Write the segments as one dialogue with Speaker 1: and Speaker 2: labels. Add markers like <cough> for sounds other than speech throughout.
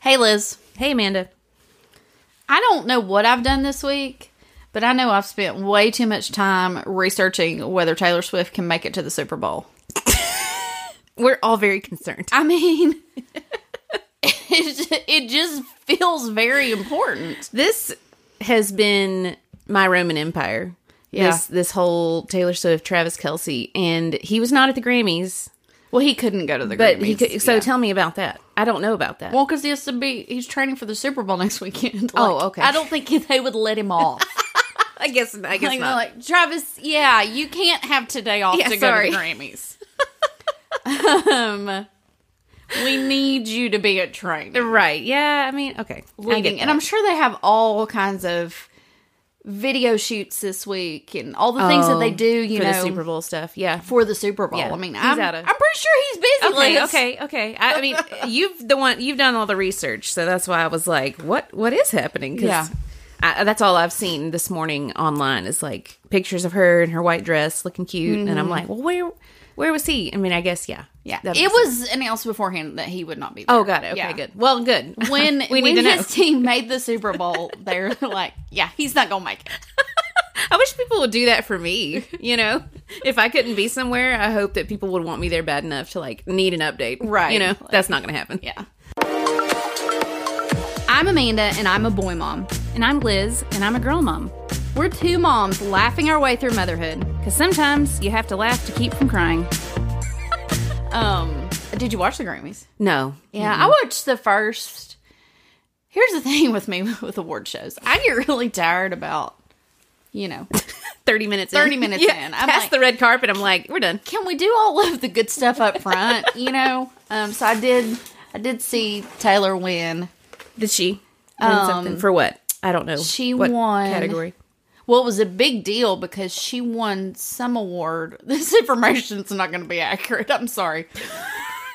Speaker 1: Hey, Liz.
Speaker 2: Hey, Amanda.
Speaker 1: I don't know what I've done this week, but I know I've spent way too much time researching whether Taylor Swift can make it to the Super Bowl.
Speaker 2: We're all very concerned.
Speaker 1: I mean, <laughs> it, ju- it just feels very important.
Speaker 2: This has been my Roman Empire.
Speaker 1: Yeah.
Speaker 2: This, this whole Taylor Swift, Travis Kelsey, and he was not at the Grammys,
Speaker 1: Well, he couldn't go to the
Speaker 2: but
Speaker 1: Grammys.
Speaker 2: he could. So
Speaker 1: yeah.
Speaker 2: tell me about that. I don't know about that.
Speaker 1: well, because he has to be, he's training for the Super Bowl next weekend. <laughs>
Speaker 2: Oh,
Speaker 1: Like,
Speaker 2: okay.
Speaker 1: I don't think they would let <laughs> him off.
Speaker 2: I guess. I guess
Speaker 1: like, they're like, Travis, yeah, you can't have today off
Speaker 2: Yeah,
Speaker 1: to
Speaker 2: sorry.
Speaker 1: go to the Grammys. um, we need you to be at training.
Speaker 2: right. Yeah. I mean. Okay. I get
Speaker 1: leading. And I'm sure they have all kinds of video shoots this week and all the things that they do, you
Speaker 2: Oh, Um, for
Speaker 1: know,
Speaker 2: the Super Bowl stuff. Yeah.
Speaker 1: for the Super Bowl.
Speaker 2: Yeah,
Speaker 1: I mean,
Speaker 2: he's
Speaker 1: I'm,
Speaker 2: outta-
Speaker 1: I'm pretty sure he's busy.
Speaker 2: Okay,
Speaker 1: Liz.
Speaker 2: okay, okay.
Speaker 1: <laughs>
Speaker 2: I, I mean, you've the one you've done all the research, so that's why I was like, what what is happening? 'Cause
Speaker 1: Yeah.
Speaker 2: I, that's all I've seen this morning online is like pictures of her in her white dress, looking cute, and I'm like, well, where where was he? I mean, I guess yeah,
Speaker 1: Mm-hmm. Yeah,
Speaker 2: That
Speaker 1: it
Speaker 2: makes
Speaker 1: was announced beforehand that he would not be there.
Speaker 2: Oh, got it. Okay,
Speaker 1: Yeah.
Speaker 2: good. <laughs> Well, good.
Speaker 1: When
Speaker 2: <laughs> we
Speaker 1: when
Speaker 2: need to know.
Speaker 1: his team made the Super Bowl, they're like, yeah, he's not gonna make it.
Speaker 2: I wish people would do that for me. You know, if I couldn't be somewhere, I hope that people would want me there bad enough to like need an update.
Speaker 1: Right.
Speaker 2: You know, that's not going to happen.
Speaker 1: Yeah. I'm Amanda, and I'm a boy mom.
Speaker 2: And I'm Liz, and I'm a girl mom.
Speaker 1: We're two moms laughing our way through motherhood.
Speaker 2: Because sometimes you have to laugh to keep from crying.
Speaker 1: Um, did you watch the Grammys?
Speaker 2: No.
Speaker 1: Yeah, I watched the first. Here's the <laughs> thing with me with award shows. I get really tired about, you know,
Speaker 2: 30 minutes
Speaker 1: 30
Speaker 2: in. <laughs>
Speaker 1: minutes in. I'm
Speaker 2: past
Speaker 1: like-
Speaker 2: the red carpet, I'm like, we're done.
Speaker 1: can we do all of the good stuff up front, you know? Um so I did I did see Taylor win.
Speaker 2: Did she win something? For what? I don't know.
Speaker 1: she
Speaker 2: What
Speaker 1: won-
Speaker 2: Category.
Speaker 1: Well, it was a big deal because she won some award. <laughs> This information's not going to be accurate. I'm sorry.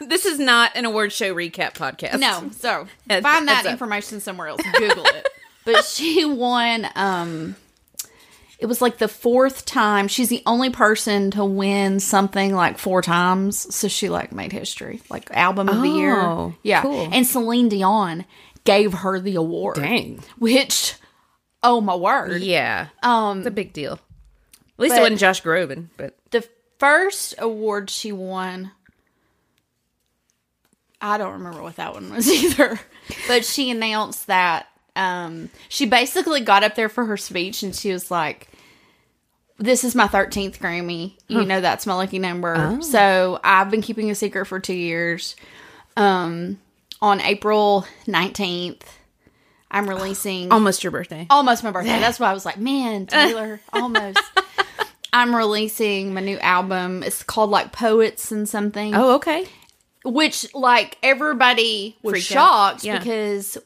Speaker 2: This is not an award show recap podcast.
Speaker 1: No, <laughs> so
Speaker 2: Heads-
Speaker 1: find that
Speaker 2: heads up.
Speaker 1: information somewhere else. Google it. <laughs> but she won. Um, it was like the fourth time. She's the only person to win something like four times. So she like made history, like album of the year.
Speaker 2: Oh,
Speaker 1: Yeah,
Speaker 2: cool.
Speaker 1: and Celine Dion gave her the award.
Speaker 2: Dang.
Speaker 1: Which, oh my word!
Speaker 2: Yeah.
Speaker 1: Um,
Speaker 2: It's a big deal. At least it
Speaker 1: but-
Speaker 2: wasn't Josh Groban, but
Speaker 1: the first award she won i don't remember what that one was <laughs> either but she announced that um, she basically got up there for her speech and she was like this is my 13th grammy you know that's my lucky number so i've been keeping a secret for two years um, on april 19th i'm releasing
Speaker 2: almost your birthday.
Speaker 1: almost my
Speaker 2: <laughs>
Speaker 1: birthday. That's why I was like, man, Taylor, almost. I'm releasing my new album. It's called like Poets and something,
Speaker 2: Oh, okay.
Speaker 1: which like everybody was
Speaker 2: Freaked out.
Speaker 1: shocked
Speaker 2: Yeah.
Speaker 1: because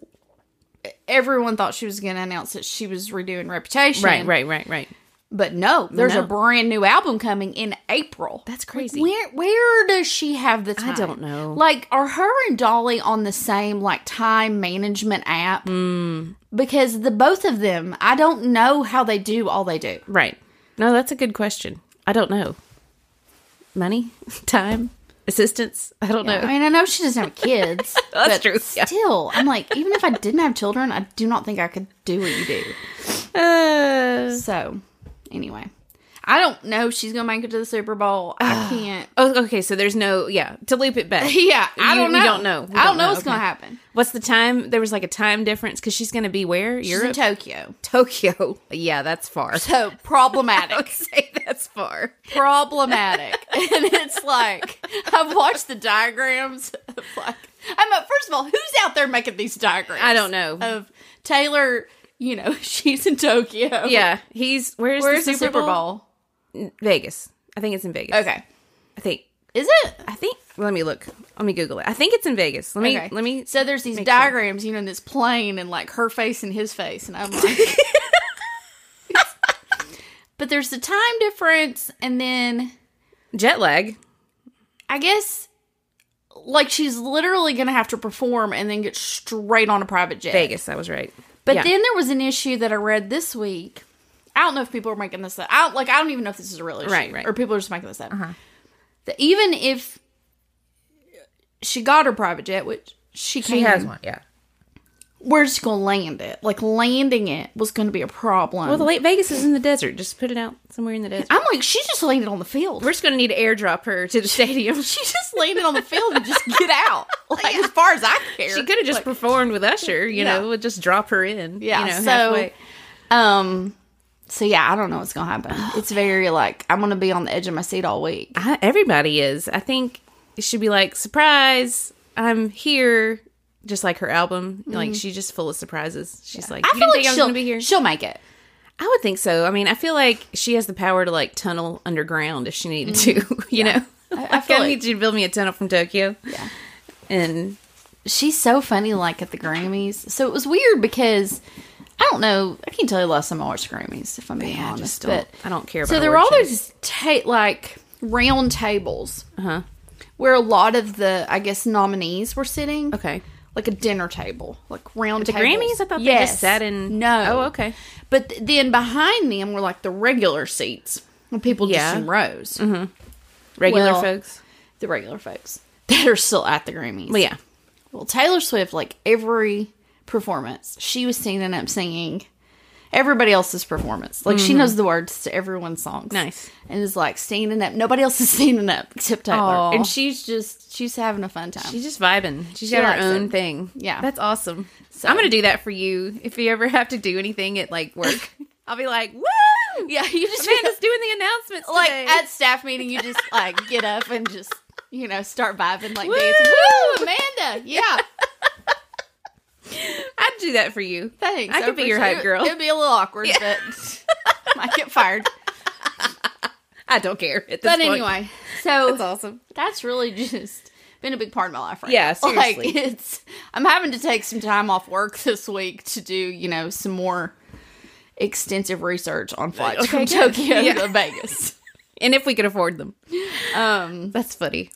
Speaker 1: everyone thought she was going to announce that she was redoing Reputation.
Speaker 2: Right, right, right, right.
Speaker 1: But no, there's
Speaker 2: No.
Speaker 1: a brand new album coming in April.
Speaker 2: That's crazy.
Speaker 1: Where where does she have the time?
Speaker 2: don't know.
Speaker 1: Like, are her and Dolly on the same like time management app?
Speaker 2: Hmm.
Speaker 1: Because the both of them, I don't know how they do all they do.
Speaker 2: Right. No, that's a good question. I don't know. Money, <laughs> time, assistance. I don't
Speaker 1: I
Speaker 2: know.
Speaker 1: mean, I know she doesn't have kids.
Speaker 2: <laughs> That's
Speaker 1: but
Speaker 2: true, yeah.
Speaker 1: Still, I'm like, even if I didn't have children, I do not think I could do what you do.
Speaker 2: Uh,
Speaker 1: So, anyway, I don't know if she's gonna make it to the Super Bowl.
Speaker 2: <sighs>
Speaker 1: I can't.
Speaker 2: oh, okay. So there's no. Yeah. To loop it <laughs> back.
Speaker 1: Yeah, I
Speaker 2: You-
Speaker 1: don't
Speaker 2: we
Speaker 1: know.
Speaker 2: don't know. We
Speaker 1: I
Speaker 2: don't
Speaker 1: don't know
Speaker 2: know.
Speaker 1: what's gonna
Speaker 2: Okay.
Speaker 1: happen.
Speaker 2: What's the time? There was like a time difference because she's going to be where?
Speaker 1: She's in
Speaker 2: Europe,
Speaker 1: Tokyo.
Speaker 2: <laughs> Tokyo. Yeah, that's <laughs> far.
Speaker 1: So
Speaker 2: I would <laughs>
Speaker 1: problematic.
Speaker 2: say that's far.
Speaker 1: problematic. <laughs> and it's like I've watched the diagrams. Of like I'm a, first of all, who's out there making these diagrams?
Speaker 2: I don't know.
Speaker 1: Of Taylor, you know, <laughs> she's in Tokyo.
Speaker 2: yeah, he's where's,
Speaker 1: Where's
Speaker 2: the, Super, Bowl? Vegas. I think it's in Vegas.
Speaker 1: Okay.
Speaker 2: I think.
Speaker 1: Is it?
Speaker 2: I think. Let me look. Let me Google it. I think it's in Vegas. Let me.
Speaker 1: Okay.
Speaker 2: Let me.
Speaker 1: So there's these
Speaker 2: Make sure.
Speaker 1: diagrams, you know, in this plane and like her face and his face, and
Speaker 2: <laughs>
Speaker 1: I'm like. <laughs> but there's the time difference, and then
Speaker 2: Jet lag.
Speaker 1: I guess like she's literally gonna have to perform and then get straight on a private jet.
Speaker 2: Vegas. I was right.
Speaker 1: But
Speaker 2: Yeah.
Speaker 1: then there was an issue that I read this week. I don't know if people are making this up. I don't, like I don't even know if this is a real issue,
Speaker 2: Right, Uh-huh. right.
Speaker 1: Or people are just making this up. That even if she got her private jet, which she,
Speaker 2: she
Speaker 1: can,
Speaker 2: has one. Yeah.
Speaker 1: we're just gonna land it. Like landing it was gonna be a problem.
Speaker 2: Well, the Lake Vegas is in the desert. Just put it out somewhere in the desert.
Speaker 1: I'm like, she just landed on the field.
Speaker 2: We're just gonna need to airdrop her to the <laughs> stadium.
Speaker 1: She just landed on the field and just get
Speaker 2: <laughs>
Speaker 1: out. Like as far as I care,
Speaker 2: She could have just performed with Usher, you
Speaker 1: Yeah.
Speaker 2: know, would just drop her in.
Speaker 1: Yeah,
Speaker 2: You know,
Speaker 1: so-
Speaker 2: halfway.
Speaker 1: Um. So yeah, I don't know what's gonna happen. It's very like I'm gonna be on the edge of my seat all week.
Speaker 2: I, everybody is. I think it should be like, surprise, I'm here. Just like her album. Like she's just full of surprises. She's like,
Speaker 1: Mm-hmm. I feel
Speaker 2: you didn't
Speaker 1: like
Speaker 2: think I was
Speaker 1: she'll
Speaker 2: gonna be here.
Speaker 1: she'll make it.
Speaker 2: I would think so. I mean, I feel like she has the power to like tunnel underground if she needed to, <laughs> you know?
Speaker 1: Mm-hmm. I
Speaker 2: like, I,
Speaker 1: feel like-
Speaker 2: need you to build me a tunnel from Tokyo.
Speaker 1: Yeah.
Speaker 2: And
Speaker 1: She's so funny, like at the Grammys. So it was weird because I don't know. I can't tell you the last time I watched Grammys, if I'm being
Speaker 2: yeah, I
Speaker 1: honest.
Speaker 2: just don't,
Speaker 1: but
Speaker 2: I don't care about
Speaker 1: so there were
Speaker 2: award
Speaker 1: all
Speaker 2: shows.
Speaker 1: these ta- like round tables
Speaker 2: Uh-huh.
Speaker 1: where a lot of the I guess nominees were sitting.
Speaker 2: Okay.
Speaker 1: Like a dinner table, like round
Speaker 2: The
Speaker 1: tables.
Speaker 2: Grammys? I thought they
Speaker 1: Yes.
Speaker 2: just sat in.
Speaker 1: No.
Speaker 2: Oh, okay.
Speaker 1: But th- then behind them were like the regular seats, and people
Speaker 2: Yeah. Mm-hmm.
Speaker 1: just in rows,
Speaker 2: Regular
Speaker 1: Well-
Speaker 2: folks.
Speaker 1: the regular folks that are still at the Grammys.
Speaker 2: Well, yeah.
Speaker 1: Well, Taylor Swift, like every performance, she was standing up singing everybody else's performance. Like she knows the words to everyone's songs.
Speaker 2: Mm-hmm. Nice.
Speaker 1: And is like standing up. Nobody else is <laughs> standing up except Taylor,
Speaker 2: Aw.
Speaker 1: and she's just she's having a fun time.
Speaker 2: She's just vibing. She's
Speaker 1: She
Speaker 2: got
Speaker 1: likes
Speaker 2: her own
Speaker 1: it.
Speaker 2: thing.
Speaker 1: Yeah.
Speaker 2: That's awesome. I'm going to do that for you if you ever have to do anything at
Speaker 1: <laughs>
Speaker 2: like work. I'll be like, woo!
Speaker 1: yeah, you just
Speaker 2: <laughs> Amanda's doing the announcements
Speaker 1: like
Speaker 2: today.
Speaker 1: at staff meeting, you just like get up and just you know start vibing like
Speaker 2: Woo!
Speaker 1: dancing. Woo, Amanda, yeah.
Speaker 2: I'd do that for you.
Speaker 1: Thanks.
Speaker 2: I could be your
Speaker 1: appreciate
Speaker 2: hype
Speaker 1: it.
Speaker 2: girl.
Speaker 1: It'd be a little awkward, <laughs> but I might get fired.
Speaker 2: I don't care at this
Speaker 1: But
Speaker 2: point.
Speaker 1: anyway, so
Speaker 2: <laughs> That's
Speaker 1: that's,
Speaker 2: awesome.
Speaker 1: really just been a big part of my life right
Speaker 2: Yeah,
Speaker 1: now. <laughs>
Speaker 2: seriously.
Speaker 1: Like it's I'm having to take some time off work this week to do, you know, some more extensive research on flights
Speaker 2: Okay,
Speaker 1: from
Speaker 2: good.
Speaker 1: Tokyo
Speaker 2: Yeah.
Speaker 1: to
Speaker 2: <laughs>
Speaker 1: Vegas.
Speaker 2: And if we could afford them.
Speaker 1: Um
Speaker 2: That's funny.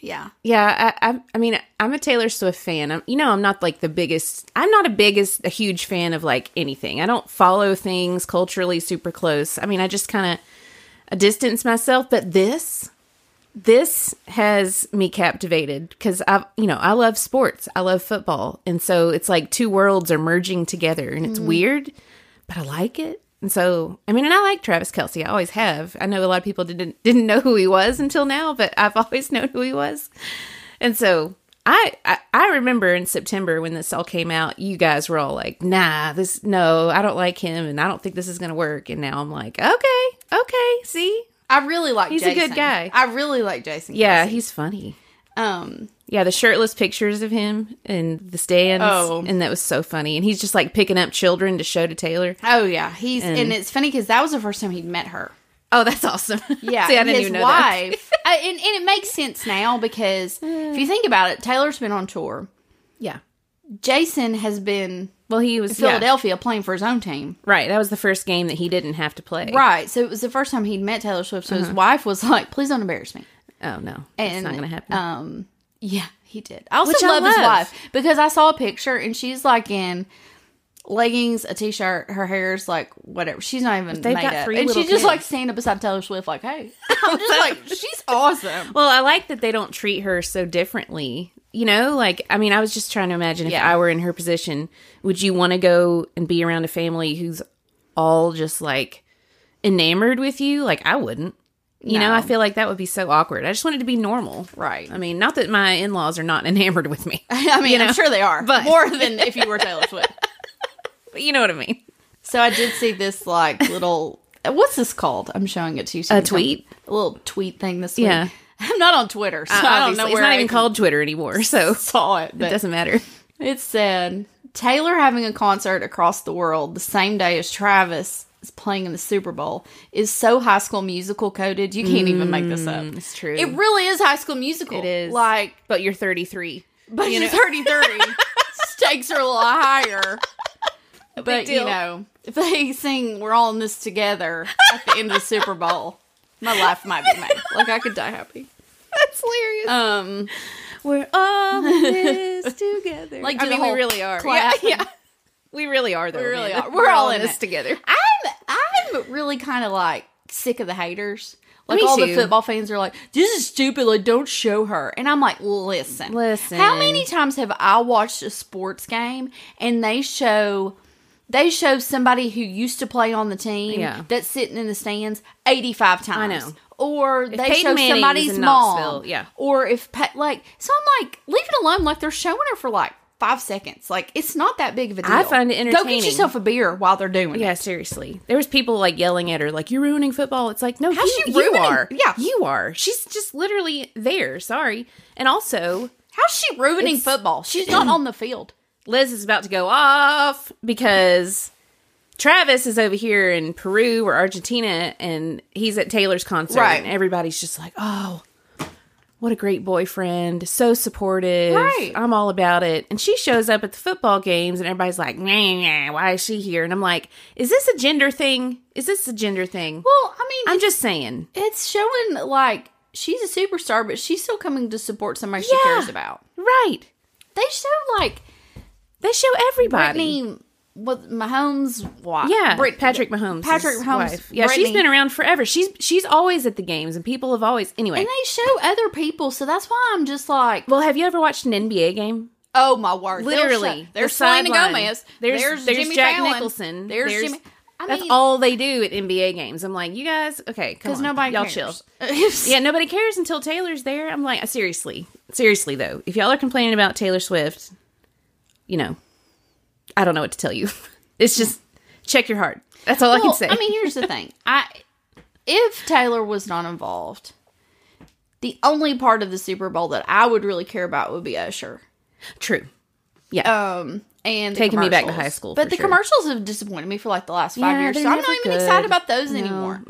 Speaker 1: yeah.
Speaker 2: Yeah, I, I, I mean, I'm a Taylor Swift fan. I'm, you know, I'm not like the biggest. I'm not a biggest, a huge fan of like anything. I don't follow things culturally super close. I mean, I just kind of distance myself. But this, this has me captivated because I, you know, I love sports. I love football, and so it's like two worlds are merging together, and it's weird, but I like it. And so, I mean, and I like Travis Kelsey. I always have. I know a lot of people didn't didn't know who he was until now, but I've <laughs> always known who he was. And so I, I I remember in September when this all came out, you guys were all like, "Nah, this no, I don't like him, and I don't think this is gonna work." And now I'm like, "Okay, okay, see,
Speaker 1: I really like
Speaker 2: He's a good
Speaker 1: Jason.
Speaker 2: guy.
Speaker 1: I really like Jason.
Speaker 2: yeah,
Speaker 1: Kelsey.
Speaker 2: he's funny."
Speaker 1: um
Speaker 2: Yeah, the shirtless pictures of him and the stands,
Speaker 1: Oh.
Speaker 2: and that was so funny. And he's just like picking up children to show to Taylor.
Speaker 1: oh yeah, he's and, it's funny cuz that was the first time he'd met her.
Speaker 2: Oh, that's awesome! <laughs>
Speaker 1: Yeah,
Speaker 2: see, I didn't
Speaker 1: his
Speaker 2: even know that.
Speaker 1: wife, <laughs> uh, and, and it makes sense now because if you think about it, Taylor's been on tour.
Speaker 2: Yeah,
Speaker 1: Jason has been
Speaker 2: well, he was yeah.
Speaker 1: Philadelphia playing for his own team,
Speaker 2: Right, that was the first game that he didn't have to play.
Speaker 1: right? Uh-huh. So it was the first time he'd met Taylor Swift. So his wife was like, "Please don't embarrass me."
Speaker 2: Oh no,
Speaker 1: And
Speaker 2: it's not gonna happen.
Speaker 1: Um, yeah, he did. I also
Speaker 2: Which I
Speaker 1: love, his
Speaker 2: love.
Speaker 1: wife because I saw a picture and she's like in leggings, a t-shirt, her hair's like whatever. She's not even
Speaker 2: They've
Speaker 1: made
Speaker 2: got
Speaker 1: up,
Speaker 2: three
Speaker 1: and
Speaker 2: little
Speaker 1: she's just like
Speaker 2: kids.
Speaker 1: standing beside Taylor Swift, like, <laughs> "Hey," I'm just like, she's awesome.
Speaker 2: Well, I like that they don't treat her so differently. You know, like I mean, I was just trying to imagine if
Speaker 1: Yeah.
Speaker 2: I were in her position, would you want to go and be around a family who's all just like enamored with you? Like I wouldn't. You know,
Speaker 1: No.
Speaker 2: I feel like that would be so awkward. I just wanted to be normal.
Speaker 1: Right.
Speaker 2: I mean, not that my in-laws are not <laughs> enamored with me.
Speaker 1: <laughs> I mean, I'm sure they are,
Speaker 2: but-
Speaker 1: more than if you were Taylor <laughs> Swift.
Speaker 2: But you know what I mean?
Speaker 1: So I did see this like little what's this called? I'm showing it to you. so
Speaker 2: A
Speaker 1: you can-
Speaker 2: tweet?
Speaker 1: a little tweet thing this week.
Speaker 2: Yeah.
Speaker 1: <laughs> I'm not on Twitter, so
Speaker 2: <laughs> I,
Speaker 1: I don't know
Speaker 2: It's
Speaker 1: where
Speaker 2: not
Speaker 1: I
Speaker 2: even
Speaker 1: even
Speaker 2: called Twitter anymore, so
Speaker 1: <laughs>
Speaker 2: it
Speaker 1: saw it, but
Speaker 2: doesn't matter.
Speaker 1: it said Taylor having a concert across the world the same day as Travis is playing in the Super Bowl is so High School Musical coded. You can't even make this up.
Speaker 2: Mm, It's true.
Speaker 1: It really is High School Musical.
Speaker 2: It is.
Speaker 1: like,
Speaker 2: but you're 33.
Speaker 1: but you 30
Speaker 2: <laughs>
Speaker 1: 30. Stakes are a lot higher. But you
Speaker 2: deal.
Speaker 1: know, if they sing "We're all in this together" at the end of the Super Bowl, my life might be made. Like I could die happy.
Speaker 2: <laughs> That's hilarious.
Speaker 1: Um,
Speaker 2: We're all
Speaker 1: <laughs>
Speaker 2: in this together.
Speaker 1: Like,
Speaker 2: Like,
Speaker 1: do
Speaker 2: I
Speaker 1: the
Speaker 2: mean,
Speaker 1: whole
Speaker 2: we really are.
Speaker 1: clap <laughs>
Speaker 2: Yeah, yeah. we really are. Though, we
Speaker 1: really are. We're all in it.
Speaker 2: together.
Speaker 1: I'm I'm really kind of like sick of the haters. Like
Speaker 2: Me
Speaker 1: all
Speaker 2: too.
Speaker 1: the football fans are like, "This is stupid. Like, don't show her." And I'm like, "Listen,
Speaker 2: Listen.
Speaker 1: How many times have I watched a sports game and they show they show somebody who used to play on the team
Speaker 2: Yeah.
Speaker 1: that's sitting in the stands 85 times?
Speaker 2: I know.
Speaker 1: Or they
Speaker 2: Peyton
Speaker 1: show
Speaker 2: Manning was
Speaker 1: somebody's
Speaker 2: in
Speaker 1: mom,
Speaker 2: Knoxville, yeah.
Speaker 1: Or if Pe- like, so I'm like, leave it alone. Like they're showing her for like five seconds. Like it's not that big of a deal.
Speaker 2: I find it
Speaker 1: Go
Speaker 2: entertaining.
Speaker 1: get yourself a beer while they're doing it.
Speaker 2: Yeah, seriously. There was people like yelling at her, like "You're ruining football." It's like, no,
Speaker 1: How's
Speaker 2: you,
Speaker 1: she
Speaker 2: you
Speaker 1: ruining-
Speaker 2: are.
Speaker 1: Yeah.
Speaker 2: you are. She's just literally there. Sorry. And also,
Speaker 1: How's she ruining football? She's not on the field.
Speaker 2: Liz is about to go off because Travis is over here in Peru or Argentina, and he's at Taylor's concert,
Speaker 1: Right.
Speaker 2: and everybody's just like, "Oh, what a great boyfriend! So supportive.
Speaker 1: Right.
Speaker 2: I'm all about it." And she shows up at the football games, and everybody's like, "Nah, nah, "Why is she here?" And I'm like, "Is this a gender thing? Is this a gender thing?"
Speaker 1: Well, I mean,
Speaker 2: I'm just saying.
Speaker 1: it's showing like she's a superstar, but she's still coming to support somebody
Speaker 2: Yeah.
Speaker 1: she cares about.
Speaker 2: Right.
Speaker 1: They show like
Speaker 2: They show everybody.
Speaker 1: Brittany with Mahomes' wife.
Speaker 2: Yeah,
Speaker 1: Brit-
Speaker 2: Patrick Mahomes.
Speaker 1: Patrick Mahomes'
Speaker 2: Yeah, she's
Speaker 1: Brittany.
Speaker 2: been around forever. She's she's always at the games, and people have always anyway.
Speaker 1: And they show other people, so that's why I'm just like,
Speaker 2: well, have you ever watched an NBA game?
Speaker 1: oh my word! They'll
Speaker 2: Literally,
Speaker 1: show-
Speaker 2: the
Speaker 1: there's Selena
Speaker 2: sideline.
Speaker 1: Gomez.
Speaker 2: There's
Speaker 1: there's,
Speaker 2: there's
Speaker 1: Jimmy
Speaker 2: Jack
Speaker 1: Fallon,
Speaker 2: Nicholson.
Speaker 1: There's, Jimmy. I
Speaker 2: that's
Speaker 1: mean,
Speaker 2: all they do at NBA games. I'm like, you guys, okay, because
Speaker 1: because nobody
Speaker 2: y'all chill. <laughs>
Speaker 1: cares. <laughs>
Speaker 2: Yeah, nobody cares until Taylor's there. I'm like, seriously, seriously though, if y'all are complaining about Taylor Swift, you know, I don't know what to tell you. <laughs> It's just check your heart. That's all I can
Speaker 1: Well,
Speaker 2: say.
Speaker 1: I mean, here's the thing. I if Taylor was not involved, the only part of the Super Bowl that I would really care about would be Usher.
Speaker 2: true.
Speaker 1: Um and the
Speaker 2: Taking me back to
Speaker 1: commercials.
Speaker 2: high school, for
Speaker 1: But the
Speaker 2: sure.
Speaker 1: commercials have disappointed me for like the last five
Speaker 2: Yeah,
Speaker 1: years,
Speaker 2: they're
Speaker 1: so I'm not
Speaker 2: never
Speaker 1: even
Speaker 2: good.
Speaker 1: excited about those anymore.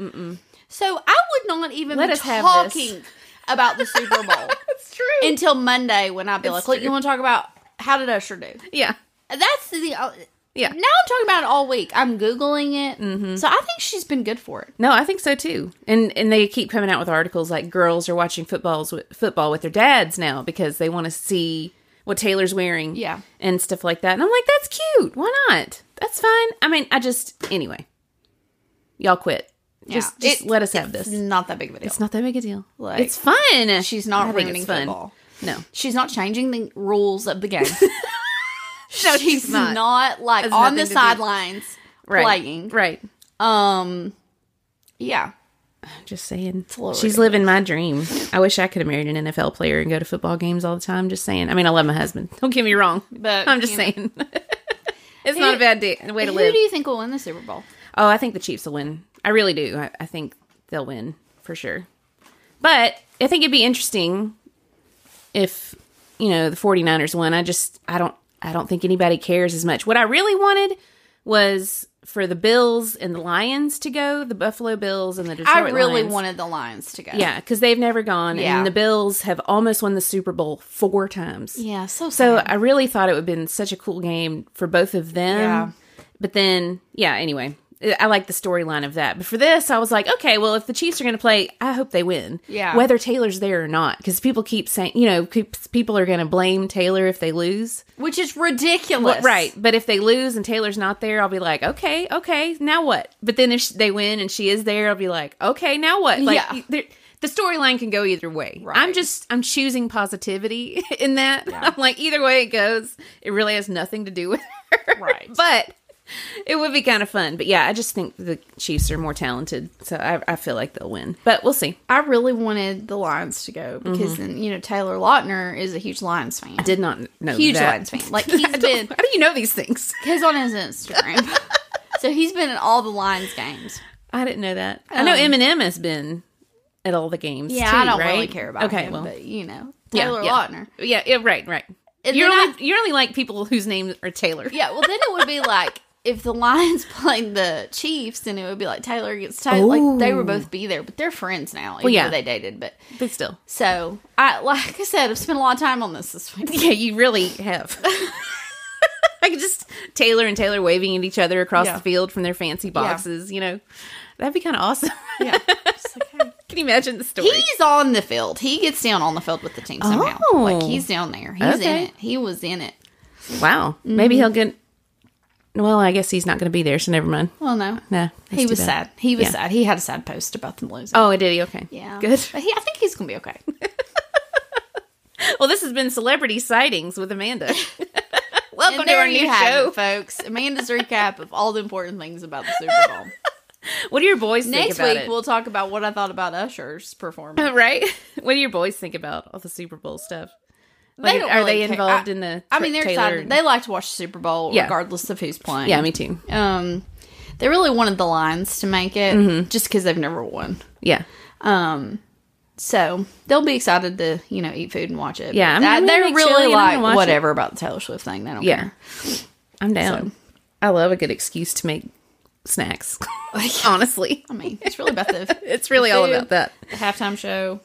Speaker 1: So I would not even
Speaker 2: Let
Speaker 1: be
Speaker 2: us have this. <laughs>
Speaker 1: talking about the Super Bowl
Speaker 2: That's true.
Speaker 1: until Monday when I'd be like, "Look,
Speaker 2: true.
Speaker 1: you want to talk about how did Usher do?"
Speaker 2: yeah.
Speaker 1: That's the uh,
Speaker 2: Yeah. Mm-hmm.
Speaker 1: Now I'm talking about it all week. I'm googling it, so I think she's been good for it.
Speaker 2: No, I think so too. And and they keep coming out with articles like girls are watching footballs with, football with their dads now because they want to see what Taylor's wearing.
Speaker 1: Yeah.
Speaker 2: And stuff like that. And I'm like, that's cute. Why not? That's fine. I mean, I just anyway. Y'all quit. Just,
Speaker 1: Yeah.
Speaker 2: just
Speaker 1: It-
Speaker 2: let us have this.
Speaker 1: It's not that big of a deal.
Speaker 2: It's not that big a deal.
Speaker 1: Like,
Speaker 2: it's fun.
Speaker 1: she's
Speaker 2: I
Speaker 1: not
Speaker 2: think it's
Speaker 1: ruining
Speaker 2: fun.
Speaker 1: football.
Speaker 2: No.
Speaker 1: She's not changing the rules of the <laughs> game.
Speaker 2: No,
Speaker 1: she's not, like
Speaker 2: Has
Speaker 1: on
Speaker 2: nothing
Speaker 1: the
Speaker 2: to do-
Speaker 1: sidelines
Speaker 2: Right.
Speaker 1: playing.
Speaker 2: Right.
Speaker 1: Um, yeah.
Speaker 2: Just saying.
Speaker 1: little
Speaker 2: She's living my dream. I wish I could have married an NFL player and go to football games all the time. Just saying. I mean, I love my husband. <laughs> Don't get me wrong,
Speaker 1: But,
Speaker 2: I'm just
Speaker 1: you know.
Speaker 2: saying. <laughs> it's not a bad day, way to
Speaker 1: Who
Speaker 2: live.
Speaker 1: do you think will win the Super Bowl?
Speaker 2: oh, I think the Chiefs will win. I really do. I, I think they'll win for sure. But I think it'd be interesting if you know the 49ers won. I just I don't I don't think anybody cares as much. What I really wanted was for the Bills and the Lions to go, the Buffalo Bills and the Detroit
Speaker 1: I really
Speaker 2: Lions.
Speaker 1: wanted the Lions to go.
Speaker 2: Yeah, because they've never gone,
Speaker 1: Yeah.
Speaker 2: and the Bills have almost won the Super Bowl four times.
Speaker 1: Yeah. So
Speaker 2: So
Speaker 1: so
Speaker 2: I really thought it would have been such a cool game for both of them.
Speaker 1: Yeah.
Speaker 2: But then, yeah. Anyway, I I like the storyline of that. But for this, I was like, okay, well, if the Chiefs are going to play, I hope they win.
Speaker 1: Yeah.
Speaker 2: Whether Taylor's there or not, because people keep saying, you know, keep, people are going to blame Taylor if they lose.
Speaker 1: which is ridiculous,
Speaker 2: Right. But if they lose and Taylor's not there, I'll be like, okay, okay, now what? But then if sh they win and she is there, I'll be like, okay, now what? Like,
Speaker 1: Yeah.
Speaker 2: y- there- the storyline can go either way. I'm
Speaker 1: Right.
Speaker 2: just, I'm choosing positivity <laughs> in that. I'm like, either way it goes, it really has nothing to do with her.
Speaker 1: Right.
Speaker 2: <laughs> But it would be kind of fun. But yeah, I just think the Chiefs are more talented. So I, I feel like they'll win. But we'll see.
Speaker 1: I really wanted the Lions to go because then you know Taylor Lautner is a huge Lions fan,
Speaker 2: Did not know
Speaker 1: huge
Speaker 2: that.
Speaker 1: Lions fan. <laughs> Like he's
Speaker 2: I
Speaker 1: been
Speaker 2: don't- <laughs> How do you know these things?
Speaker 1: he's on his Instagram, <laughs> so he's been at all the Lions games.
Speaker 2: I didn't know that. I know
Speaker 1: Um,
Speaker 2: Eminem has been at all the games.
Speaker 1: Yeah,
Speaker 2: too,
Speaker 1: I don't
Speaker 2: right?
Speaker 1: really care about
Speaker 2: okay,
Speaker 1: him,
Speaker 2: well,
Speaker 1: but you know
Speaker 2: yeah,
Speaker 1: Taylor
Speaker 2: yeah,
Speaker 1: Lautner.
Speaker 2: Yeah, yeah, right, right.
Speaker 1: And
Speaker 2: You're
Speaker 1: then
Speaker 2: only you only like people whose names are Taylor.
Speaker 1: Yeah, well, then it would be like if the Lions <laughs> played the Chiefs, then it would be like Taylor against Taylor. Like they would both be there, but they're friends now. Even well,
Speaker 2: yeah.
Speaker 1: they dated, but
Speaker 2: but still.
Speaker 1: so I, like I said, I've spent a lot of time on this this week.
Speaker 2: <laughs> Yeah, you really
Speaker 1: <laughs>
Speaker 2: have. I could just Taylor and Taylor waving at each other across
Speaker 1: Yeah.
Speaker 2: the field from their fancy boxes. You know, that'd be kind of awesome. <laughs>
Speaker 1: Yeah,
Speaker 2: Can you imagine the story?
Speaker 1: <laughs> he's on the field. He gets down on the field with the team somehow.
Speaker 2: Oh.
Speaker 1: Like he's down there. He's
Speaker 2: Okay.
Speaker 1: in it. He was in it.
Speaker 2: wow, maybe he'll get Well, I guess he's not going to be there, so never mind.
Speaker 1: Well, no.
Speaker 2: Nah, that's
Speaker 1: he
Speaker 2: too
Speaker 1: was
Speaker 2: bad.
Speaker 1: sad. He was
Speaker 2: Yeah.
Speaker 1: sad. He had a sad post about them losing.
Speaker 2: Oh, did he? Okay.
Speaker 1: yeah.
Speaker 2: Good.
Speaker 1: But he, I think he's going to be okay.
Speaker 2: Well, this has been Celebrity Sightings with
Speaker 1: <laughs>
Speaker 2: Amanda. <laughs> Welcome
Speaker 1: and
Speaker 2: to
Speaker 1: there
Speaker 2: our
Speaker 1: you
Speaker 2: new
Speaker 1: have
Speaker 2: show.
Speaker 1: it, folks. Amanda's recap of all the important things about the Super Bowl.
Speaker 2: What do your boys <laughs> think
Speaker 1: Next
Speaker 2: about
Speaker 1: week,
Speaker 2: it?
Speaker 1: we'll talk about what I thought about Usher's performance.
Speaker 2: <laughs> right? What do your boys think about all the Super Bowl stuff? Like,
Speaker 1: don't
Speaker 2: are
Speaker 1: really
Speaker 2: they
Speaker 1: care.
Speaker 2: involved
Speaker 1: I-
Speaker 2: in the?
Speaker 1: I mean, they're
Speaker 2: Taylor
Speaker 1: excited.
Speaker 2: and-
Speaker 1: They like to watch the Super Bowl,
Speaker 2: Yeah.
Speaker 1: regardless of who's playing.
Speaker 2: yeah, me too.
Speaker 1: Um, they really wanted the Lions to make it
Speaker 2: Mm-hmm.
Speaker 1: just because they've never won.
Speaker 2: Yeah,
Speaker 1: Um, so they'll be excited to you know eat food and watch it.
Speaker 2: Yeah,
Speaker 1: But
Speaker 2: I'm
Speaker 1: that-
Speaker 2: gonna
Speaker 1: they're
Speaker 2: make chili
Speaker 1: really
Speaker 2: and I'm gonna
Speaker 1: like
Speaker 2: watch
Speaker 1: whatever about the Taylor Swift thing. They don't
Speaker 2: yeah.
Speaker 1: care.
Speaker 2: I'm down. I love a good excuse to make snacks. <laughs> Honestly,
Speaker 1: I mean, it's really about the
Speaker 2: it's really all
Speaker 1: Food.
Speaker 2: about that.
Speaker 1: the halftime show.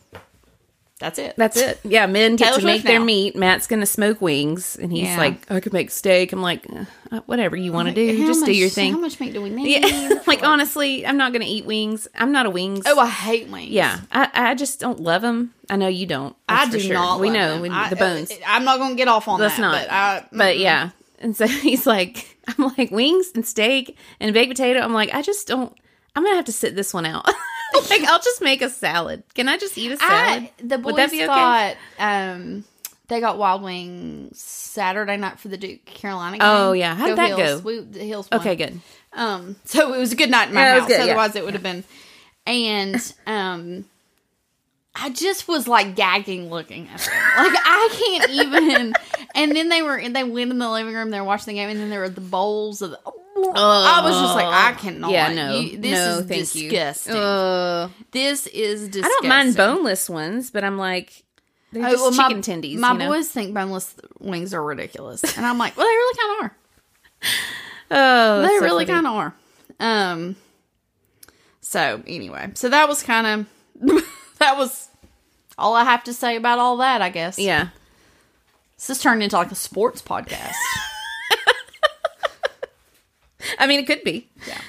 Speaker 1: That's it.
Speaker 2: That's it. Yeah, men get
Speaker 1: Taylor
Speaker 2: to make
Speaker 1: Swift
Speaker 2: their
Speaker 1: now.
Speaker 2: meat. Matt's gonna smoke wings, and he's
Speaker 1: Yeah.
Speaker 2: like, "I could make steak." I'm like, uh, "Whatever you want to do,
Speaker 1: How
Speaker 2: just do
Speaker 1: much-
Speaker 2: your thing."
Speaker 1: How much meat do we need?
Speaker 2: Yeah. <laughs> like honestly, I'm not gonna eat wings. I'm not a wings.
Speaker 1: Oh, I hate wings.
Speaker 2: yeah. I, I just don't love them. I know you don't.
Speaker 1: I
Speaker 2: that's
Speaker 1: do
Speaker 2: for sure.
Speaker 1: not.
Speaker 2: We
Speaker 1: love
Speaker 2: know
Speaker 1: them.
Speaker 2: we-
Speaker 1: I- uh,
Speaker 2: the bones.
Speaker 1: I'm not going to get off on
Speaker 2: Let's
Speaker 1: that.
Speaker 2: not.
Speaker 1: But, I,
Speaker 2: but yeah, <laughs> and so he's like, I'm like wings and steak and baked potato. I'm like, I just don't. I'm gonna have to sit this one out. <laughs> like I'll just make a salad. Can I just eat a salad?
Speaker 1: I, the boys
Speaker 2: Would that be okay?
Speaker 1: got um, they got Wild Wings Saturday night for the Duke Carolina game.
Speaker 2: Oh, yeah. How did that go?
Speaker 1: Hills. We, the Hills. Won.
Speaker 2: Okay, good.
Speaker 1: Um, so it was a good night in my
Speaker 2: Yeah, it was
Speaker 1: house.
Speaker 2: good, yeah.
Speaker 1: Otherwise, it would have been. And um, I just was like gagging looking at them. <laughs> Like I can't even. And then they were and they went in the living room. They're watching the game, and then there were the bowls of. The, I was just like, I cannot.
Speaker 2: yeah, no,
Speaker 1: You- this
Speaker 2: no,
Speaker 1: is
Speaker 2: thank
Speaker 1: disgusting.
Speaker 2: you. Uh,
Speaker 1: This is disgusting.
Speaker 2: I don't mind boneless ones, but I'm like, they're just
Speaker 1: Oh, well,
Speaker 2: chicken tendies.
Speaker 1: My
Speaker 2: you know?
Speaker 1: boys think boneless wings are ridiculous, and I'm like, well, they really kind of are.
Speaker 2: oh,
Speaker 1: they really kind of are. Um. So anyway, so that was kind of <laughs> that was all I have to say about all that. I guess.
Speaker 2: yeah.
Speaker 1: This has turned into like a sports
Speaker 2: <laughs>
Speaker 1: podcast.
Speaker 2: I mean, it could be.
Speaker 1: Yeah.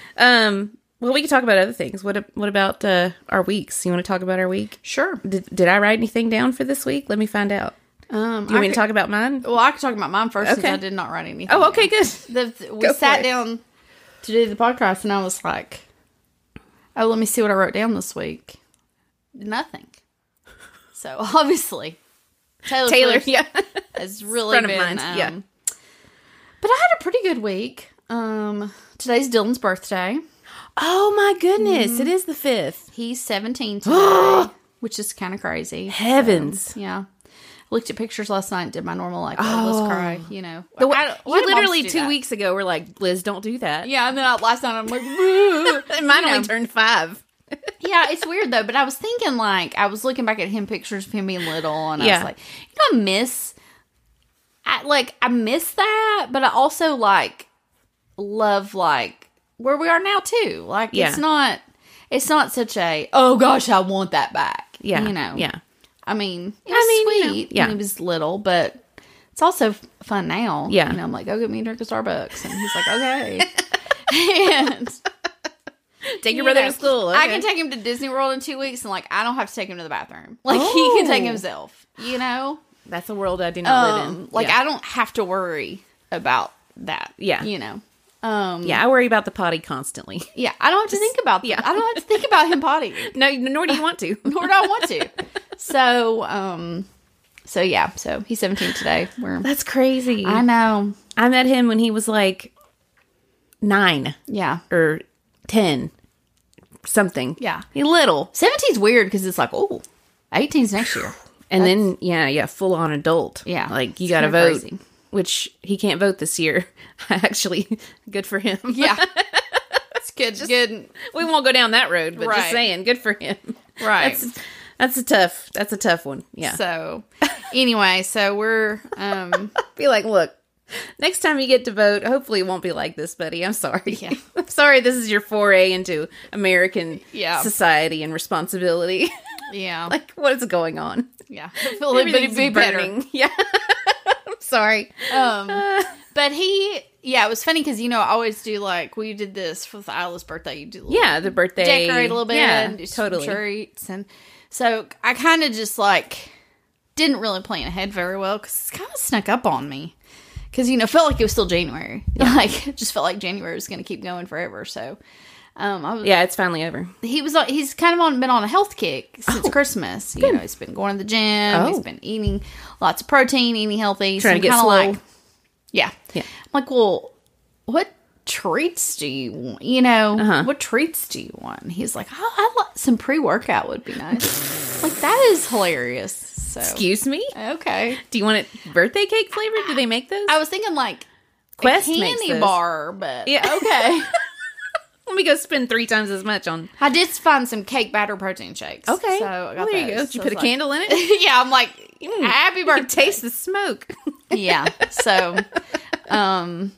Speaker 2: Um. Well, we could talk about other things. What What about uh, our weeks? You want to talk about our week?
Speaker 1: sure.
Speaker 2: Did Did I write anything down for this week? Let me find out.
Speaker 1: Um.
Speaker 2: You
Speaker 1: I
Speaker 2: want me to
Speaker 1: could-
Speaker 2: talk about mine?
Speaker 1: Well, I could talk about mine first
Speaker 2: Okay.
Speaker 1: since I did not write anything.
Speaker 2: Oh, okay, good.
Speaker 1: The, the- we
Speaker 2: Go for
Speaker 1: sat
Speaker 2: it.
Speaker 1: down to do the podcast, and I was like, "Oh, let me see what I wrote down this week." Nothing. So <laughs> obviously, Taylor,
Speaker 2: <laughs> Taylor,
Speaker 1: Swift
Speaker 2: yeah. <laughs>
Speaker 1: has really
Speaker 2: Front of
Speaker 1: been.
Speaker 2: mind, yeah.
Speaker 1: um, But I had a pretty good week. Um, today's Dylan's birthday.
Speaker 2: oh my goodness, it is the fifth.
Speaker 1: He's <gasps> 17 today, which is kind of crazy.
Speaker 2: Heavens.
Speaker 1: Yeah. Looked at pictures last night. Did my normal like, oh, let's cry. You know,
Speaker 2: The way-
Speaker 1: I don't- why
Speaker 2: you
Speaker 1: do moms
Speaker 2: literally
Speaker 1: do
Speaker 2: two
Speaker 1: that?
Speaker 2: weeks ago were like, Liz, don't do that.
Speaker 1: Yeah, and then I, last night I'm like, "Boo."
Speaker 2: And mine
Speaker 1: You
Speaker 2: only
Speaker 1: know.
Speaker 2: turned five.
Speaker 1: yeah, it's weird though. But I was thinking, like, I was looking back at him pictures of him being little, and I
Speaker 2: Yeah.
Speaker 1: was like, you know, I miss, I like, I miss that, but I also like love like where we are now too. Like,
Speaker 2: Yeah.
Speaker 1: it's not, it's not such a oh gosh, I want that back.
Speaker 2: Yeah.
Speaker 1: you know,
Speaker 2: Yeah.
Speaker 1: I mean, it was
Speaker 2: mean, you know,
Speaker 1: sweet
Speaker 2: yeah.
Speaker 1: when he was little, but. It's also f- fun now.
Speaker 2: Yeah.
Speaker 1: You know, I'm like, go get me a drink at Starbucks. And he's like,
Speaker 2: <laughs>
Speaker 1: okay. <laughs> and
Speaker 2: Take
Speaker 1: you
Speaker 2: your brother
Speaker 1: know,
Speaker 2: to school.
Speaker 1: I
Speaker 2: okay.
Speaker 1: can take him to Disney World in two weeks, and like I don't have to take him to the bathroom. <laughs> Like he can take
Speaker 2: Oh.
Speaker 1: himself. You know,
Speaker 2: That's a world I do not live in.
Speaker 1: um, like
Speaker 2: yeah.
Speaker 1: I don't have to worry about that.
Speaker 2: Yeah.
Speaker 1: you know. Um, yeah,
Speaker 2: yeah, I worry about the potty constantly. <laughs>
Speaker 1: I don't have to think about. Yeah,
Speaker 2: yeah.
Speaker 1: I don't have to think about him
Speaker 2: <laughs>
Speaker 1: potty,
Speaker 2: no, nor do you want to.
Speaker 1: nor do I want to. So, um, so yeah, so he's 17 today. We're
Speaker 2: That's crazy.
Speaker 1: I
Speaker 2: i
Speaker 1: know.
Speaker 2: met him when he was like nine
Speaker 1: Yeah,
Speaker 2: or ten, something.
Speaker 1: Yeah.
Speaker 2: he little,
Speaker 1: 17's weird because it's like oh, 18's next year.
Speaker 2: and then yeah, yeah, full on adult.
Speaker 1: Yeah.
Speaker 2: like you
Speaker 1: It's
Speaker 2: got to
Speaker 1: kinda
Speaker 2: vote,
Speaker 1: crazy.
Speaker 2: which he can't vote this year. <laughs> Actually, good for him. <laughs>
Speaker 1: Yeah, <laughs> it's good. good.
Speaker 2: we won't go down that road, but
Speaker 1: Right.
Speaker 2: just saying, good for him. <laughs>
Speaker 1: Right.
Speaker 2: That's, that's a tough. That's a tough one. Yeah.
Speaker 1: So anyway, so we're um
Speaker 2: be like, look, next time you get to vote, hopefully it won't be like this, buddy. I'm sorry.
Speaker 1: Yeah.
Speaker 2: <laughs> I'm sorry this is your foray into American
Speaker 1: Yeah.
Speaker 2: society and responsibility. <laughs>
Speaker 1: yeah.
Speaker 2: like, what is going on?
Speaker 1: yeah. Hopefully but it'd be
Speaker 2: Everything's
Speaker 1: better. <laughs>
Speaker 2: burning. Yeah. I'm sorry.
Speaker 1: Um but he yeah, it was funny cuz you know I always do like we did this for Isla's birthday you do
Speaker 2: Yeah, the birthday.
Speaker 1: decorate a little bit
Speaker 2: Yeah,
Speaker 1: and do some
Speaker 2: totally.
Speaker 1: treats and so I kind of just like didn't really plan ahead very well cuz it's kind of snuck up on me. because you know felt like it was still January. <laughs> Like it just felt like January was going to keep going forever. So um, I was,
Speaker 2: Yeah, it's finally over.
Speaker 1: he was on- he's kind of on been on a health kick since Christmas. You know, he's been going to the gym.
Speaker 2: Oh.
Speaker 1: He's been eating lots of protein, eating healthy. so
Speaker 2: Trying to
Speaker 1: I'm
Speaker 2: get
Speaker 1: kinda
Speaker 2: slow.
Speaker 1: like, yeah,
Speaker 2: Yeah.
Speaker 1: I'm like, well, what treats do you want? You know,
Speaker 2: Uh-huh.
Speaker 1: what treats do you want? He's like, oh, I like some pre workout would be
Speaker 2: <laughs>
Speaker 1: nice. like that is hilarious. So
Speaker 2: Excuse me?
Speaker 1: okay,
Speaker 2: Do you want it birthday cake flavored? Do they make those?
Speaker 1: I was thinking like
Speaker 2: Quest
Speaker 1: a
Speaker 2: makes
Speaker 1: candy
Speaker 2: those.
Speaker 1: bar, but <laughs>
Speaker 2: Yeah.
Speaker 1: okay.
Speaker 2: Let me go spend three times as much on.
Speaker 1: I did find some cake batter protein shakes. so I got
Speaker 2: well, there you go.
Speaker 1: those.
Speaker 2: Did you
Speaker 1: So
Speaker 2: put
Speaker 1: it's
Speaker 2: a Mm.
Speaker 1: like-
Speaker 2: candle in
Speaker 1: <laughs>
Speaker 2: it?
Speaker 1: yeah, I'm like, happy
Speaker 2: You
Speaker 1: birthday.
Speaker 2: <laughs> taste the smoke.
Speaker 1: <laughs> yeah. So, um,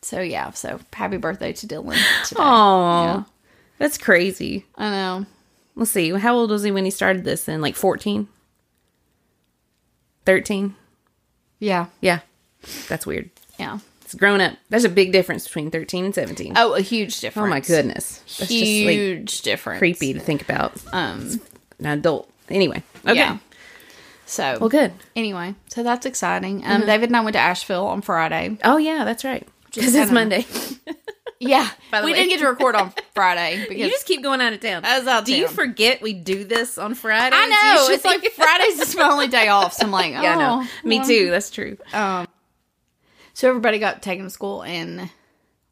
Speaker 1: so yeah. So happy birthday to Dylan today.
Speaker 2: Oh,
Speaker 1: Yeah.
Speaker 2: that's crazy.
Speaker 1: I know.
Speaker 2: Let's see. How old was he when he started this? Then like 14? 13?
Speaker 1: Yeah.
Speaker 2: Yeah. That's weird.
Speaker 1: Yeah.
Speaker 2: It's grown up. There's a big difference between 13 and 17.
Speaker 1: Oh, a huge difference.
Speaker 2: oh my goodness. That's just like
Speaker 1: Huge difference.
Speaker 2: creepy to think about.
Speaker 1: Um,
Speaker 2: An adult. Anyway. Okay.
Speaker 1: Yeah. so,
Speaker 2: Well, good. Mm-hmm.
Speaker 1: anyway, so that's exciting. Um, David and I went to Asheville on Friday.
Speaker 2: Oh, yeah, that's right.
Speaker 1: Just
Speaker 2: Because it's
Speaker 1: kinda- <laughs>
Speaker 2: Monday.
Speaker 1: Yeah.
Speaker 2: By the
Speaker 1: we
Speaker 2: way.
Speaker 1: didn't get to record on <laughs> Friday
Speaker 2: You
Speaker 1: because
Speaker 2: just keep going out of town.
Speaker 1: I was out of
Speaker 2: do you
Speaker 1: town.
Speaker 2: forget we do this on Friday?
Speaker 1: I know. It's like <laughs> Fridays is my only day off. So I'm like, oh,
Speaker 2: <laughs> yeah, I know. Me
Speaker 1: well.
Speaker 2: too. That's true.
Speaker 1: So everybody got taken to school and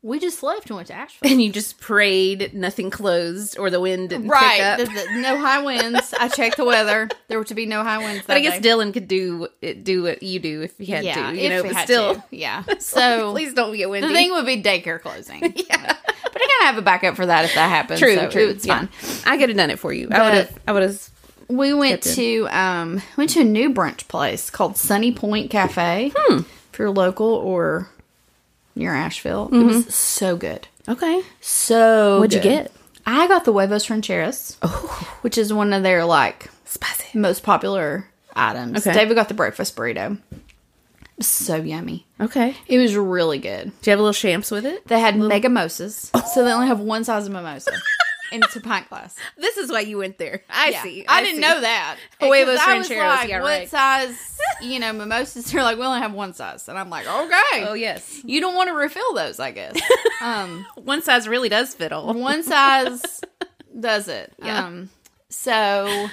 Speaker 1: we just left and went to Asheville.
Speaker 2: <laughs> and you just prayed nothing closed or the wind didn't pick
Speaker 1: Right.
Speaker 2: up.
Speaker 1: The, the- no high winds. I checked the weather. There were to be no high winds.
Speaker 2: but
Speaker 1: that
Speaker 2: I guess
Speaker 1: day.
Speaker 2: Dylan could do it, do what you do if he had
Speaker 1: yeah,
Speaker 2: to.
Speaker 1: if
Speaker 2: You know,
Speaker 1: we
Speaker 2: but
Speaker 1: had
Speaker 2: still,
Speaker 1: to.
Speaker 2: <laughs>
Speaker 1: yeah. So
Speaker 2: please don't get windy.
Speaker 1: the thing would be daycare closing.
Speaker 2: <laughs>
Speaker 1: yeah. But I gotta have a backup for that if that happens.
Speaker 2: true,
Speaker 1: so
Speaker 2: true.
Speaker 1: It's
Speaker 2: yeah.
Speaker 1: fine.
Speaker 2: I could have done it for you. I would have. I would have.
Speaker 1: We went
Speaker 2: Good
Speaker 1: to um went to a new brunch place called Sunny Point Cafe.
Speaker 2: Hmm.
Speaker 1: If you're local or near Asheville,
Speaker 2: Mm-hmm.
Speaker 1: it was so good.
Speaker 2: Okay.
Speaker 1: So
Speaker 2: What'd you
Speaker 1: good.
Speaker 2: get?
Speaker 1: I got the huevos rancheros, which is one of their like
Speaker 2: Spicy.
Speaker 1: most popular items.
Speaker 2: Okay.
Speaker 1: David got the breakfast burrito. So yummy.
Speaker 2: Okay.
Speaker 1: It was really good.
Speaker 2: Do you have a little champs with it?
Speaker 1: They had mega mimosas, so they only have one size of <laughs> mimosa, and it's a pint glass.
Speaker 2: This is why you went there. I
Speaker 1: Yeah.
Speaker 2: see.
Speaker 1: I, didn't
Speaker 2: see.
Speaker 1: know that. <laughs>
Speaker 2: Huevos
Speaker 1: 'Cause I was
Speaker 2: rancheros,
Speaker 1: like,
Speaker 2: yeah,
Speaker 1: what <laughs>
Speaker 2: right.
Speaker 1: size? You know, mimosas. They're like, we only have one size, and I'm like, okay.
Speaker 2: Oh yes,
Speaker 1: You don't want to refill those, I <laughs> guess. Um,
Speaker 2: one size really does fit all.
Speaker 1: one size
Speaker 2: <laughs>
Speaker 1: does it.
Speaker 2: Yeah.
Speaker 1: Um, so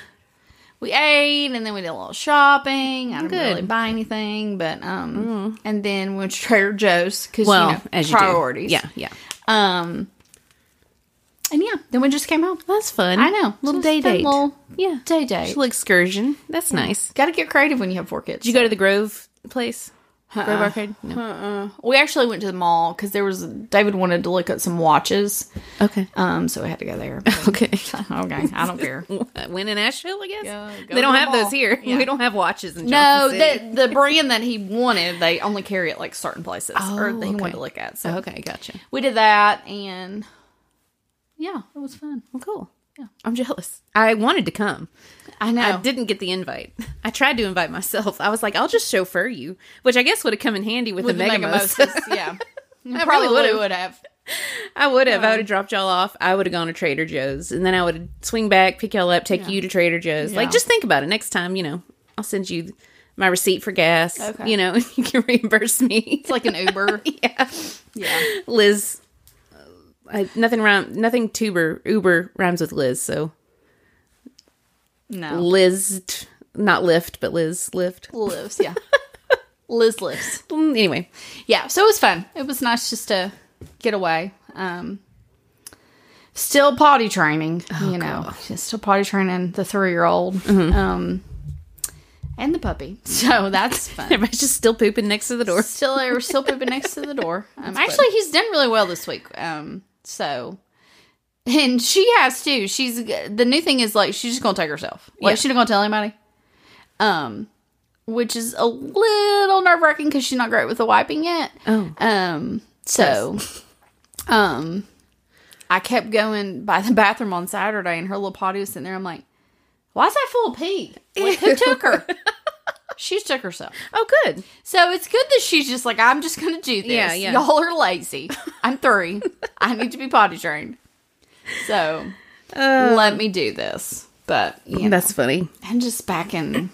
Speaker 1: we ate and then we did a little shopping. I didn't
Speaker 2: Good. Mm.
Speaker 1: really buy anything, but um, and then we went to Trader Joe's because
Speaker 2: Well,
Speaker 1: you know,
Speaker 2: as you
Speaker 1: priorities.
Speaker 2: Do. Yeah, yeah.
Speaker 1: Um, and yeah, then we just came home.
Speaker 2: That's fun.
Speaker 1: I know, little
Speaker 2: Just
Speaker 1: day
Speaker 2: fun
Speaker 1: date,
Speaker 2: Little, yeah.
Speaker 1: day date.
Speaker 2: Little excursion. That's nice.
Speaker 1: Got to get creative when you have four kids.
Speaker 2: Did you go to the Grove place? Grove Arcade? No.
Speaker 1: we actually went to the mall because there was David wanted to look at some watches.
Speaker 2: Okay.
Speaker 1: Um, so we had to go there.
Speaker 2: <laughs> Okay. <laughs>
Speaker 1: okay, I don't care.
Speaker 2: When in Asheville, I guess?
Speaker 1: Yeah, go
Speaker 2: they
Speaker 1: to
Speaker 2: don't
Speaker 1: the
Speaker 2: have
Speaker 1: mall.
Speaker 2: those here. <laughs>
Speaker 1: Yeah.
Speaker 2: We don't have watches in
Speaker 1: No,
Speaker 2: Johnson City.
Speaker 1: the the brand that he wanted, they only carry it like certain places or
Speaker 2: Oh,
Speaker 1: that he
Speaker 2: okay.
Speaker 1: wanted to look at. So
Speaker 2: okay, gotcha.
Speaker 1: we did that, and yeah, it was fun.
Speaker 2: Well, cool. Yeah. I'm jealous. I wanted to come.
Speaker 1: I know.
Speaker 2: I didn't get the invite. I tried to invite myself. I was like, I'll just chauffeur you, which I guess would have come in handy with,
Speaker 1: With
Speaker 2: the,
Speaker 1: the
Speaker 2: mega
Speaker 1: megamoses, <laughs> yeah. I
Speaker 2: probably
Speaker 1: probably would
Speaker 2: would've.
Speaker 1: would have.
Speaker 2: <laughs> I would have. I would have dropped y'all off. I would have gone to Trader Joe's, and then I would swing back, pick y'all up, take you to Trader Joe's.
Speaker 1: Yeah.
Speaker 2: Like, just think about it. Next time, you know, I'll send you my receipt for gas.
Speaker 1: Okay.
Speaker 2: You know, <laughs> you can reimburse me.
Speaker 1: It's like an Uber.
Speaker 2: yeah,
Speaker 1: <laughs> yeah.
Speaker 2: Liz. uh, I, nothing rhyme. Nothing tuber Uber rhymes with Liz. So
Speaker 1: No.
Speaker 2: Liz, not Lyft, but Liz Lyft.
Speaker 1: Lives, <laughs> yeah. Liz lives.
Speaker 2: Mm, Anyway, <laughs>
Speaker 1: Yeah, so it was fun. It was nice just to get away. Um still potty training, you know. Just still potty training the three year old. Um and the puppy. <laughs> So that's fun.
Speaker 2: everybody's just still pooping next to the door.
Speaker 1: still they were still pooping next to the door. Um, actually, he's done really well this week. Um, so and she has too. She's the new thing is like she's just gonna take herself. Like
Speaker 2: Yeah.
Speaker 1: she's not gonna tell anybody. Um, which is a little nerve wracking because she's not great with the wiping yet.
Speaker 2: Oh.
Speaker 1: Um, so, <laughs> um, I kept going by the bathroom on Saturday, and her little potty was sitting there. I'm like, why is that full of pee? Like, who took her? she took herself.
Speaker 2: Oh, good.
Speaker 1: So it's good that she's just like, I'm just gonna do this.
Speaker 2: Yeah, yeah.
Speaker 1: Y'all are lazy. I'm three. I need to be potty trained. So
Speaker 2: Um,
Speaker 1: let me do this. But you know,
Speaker 2: That's funny.
Speaker 1: I'm just <clears throat> back in.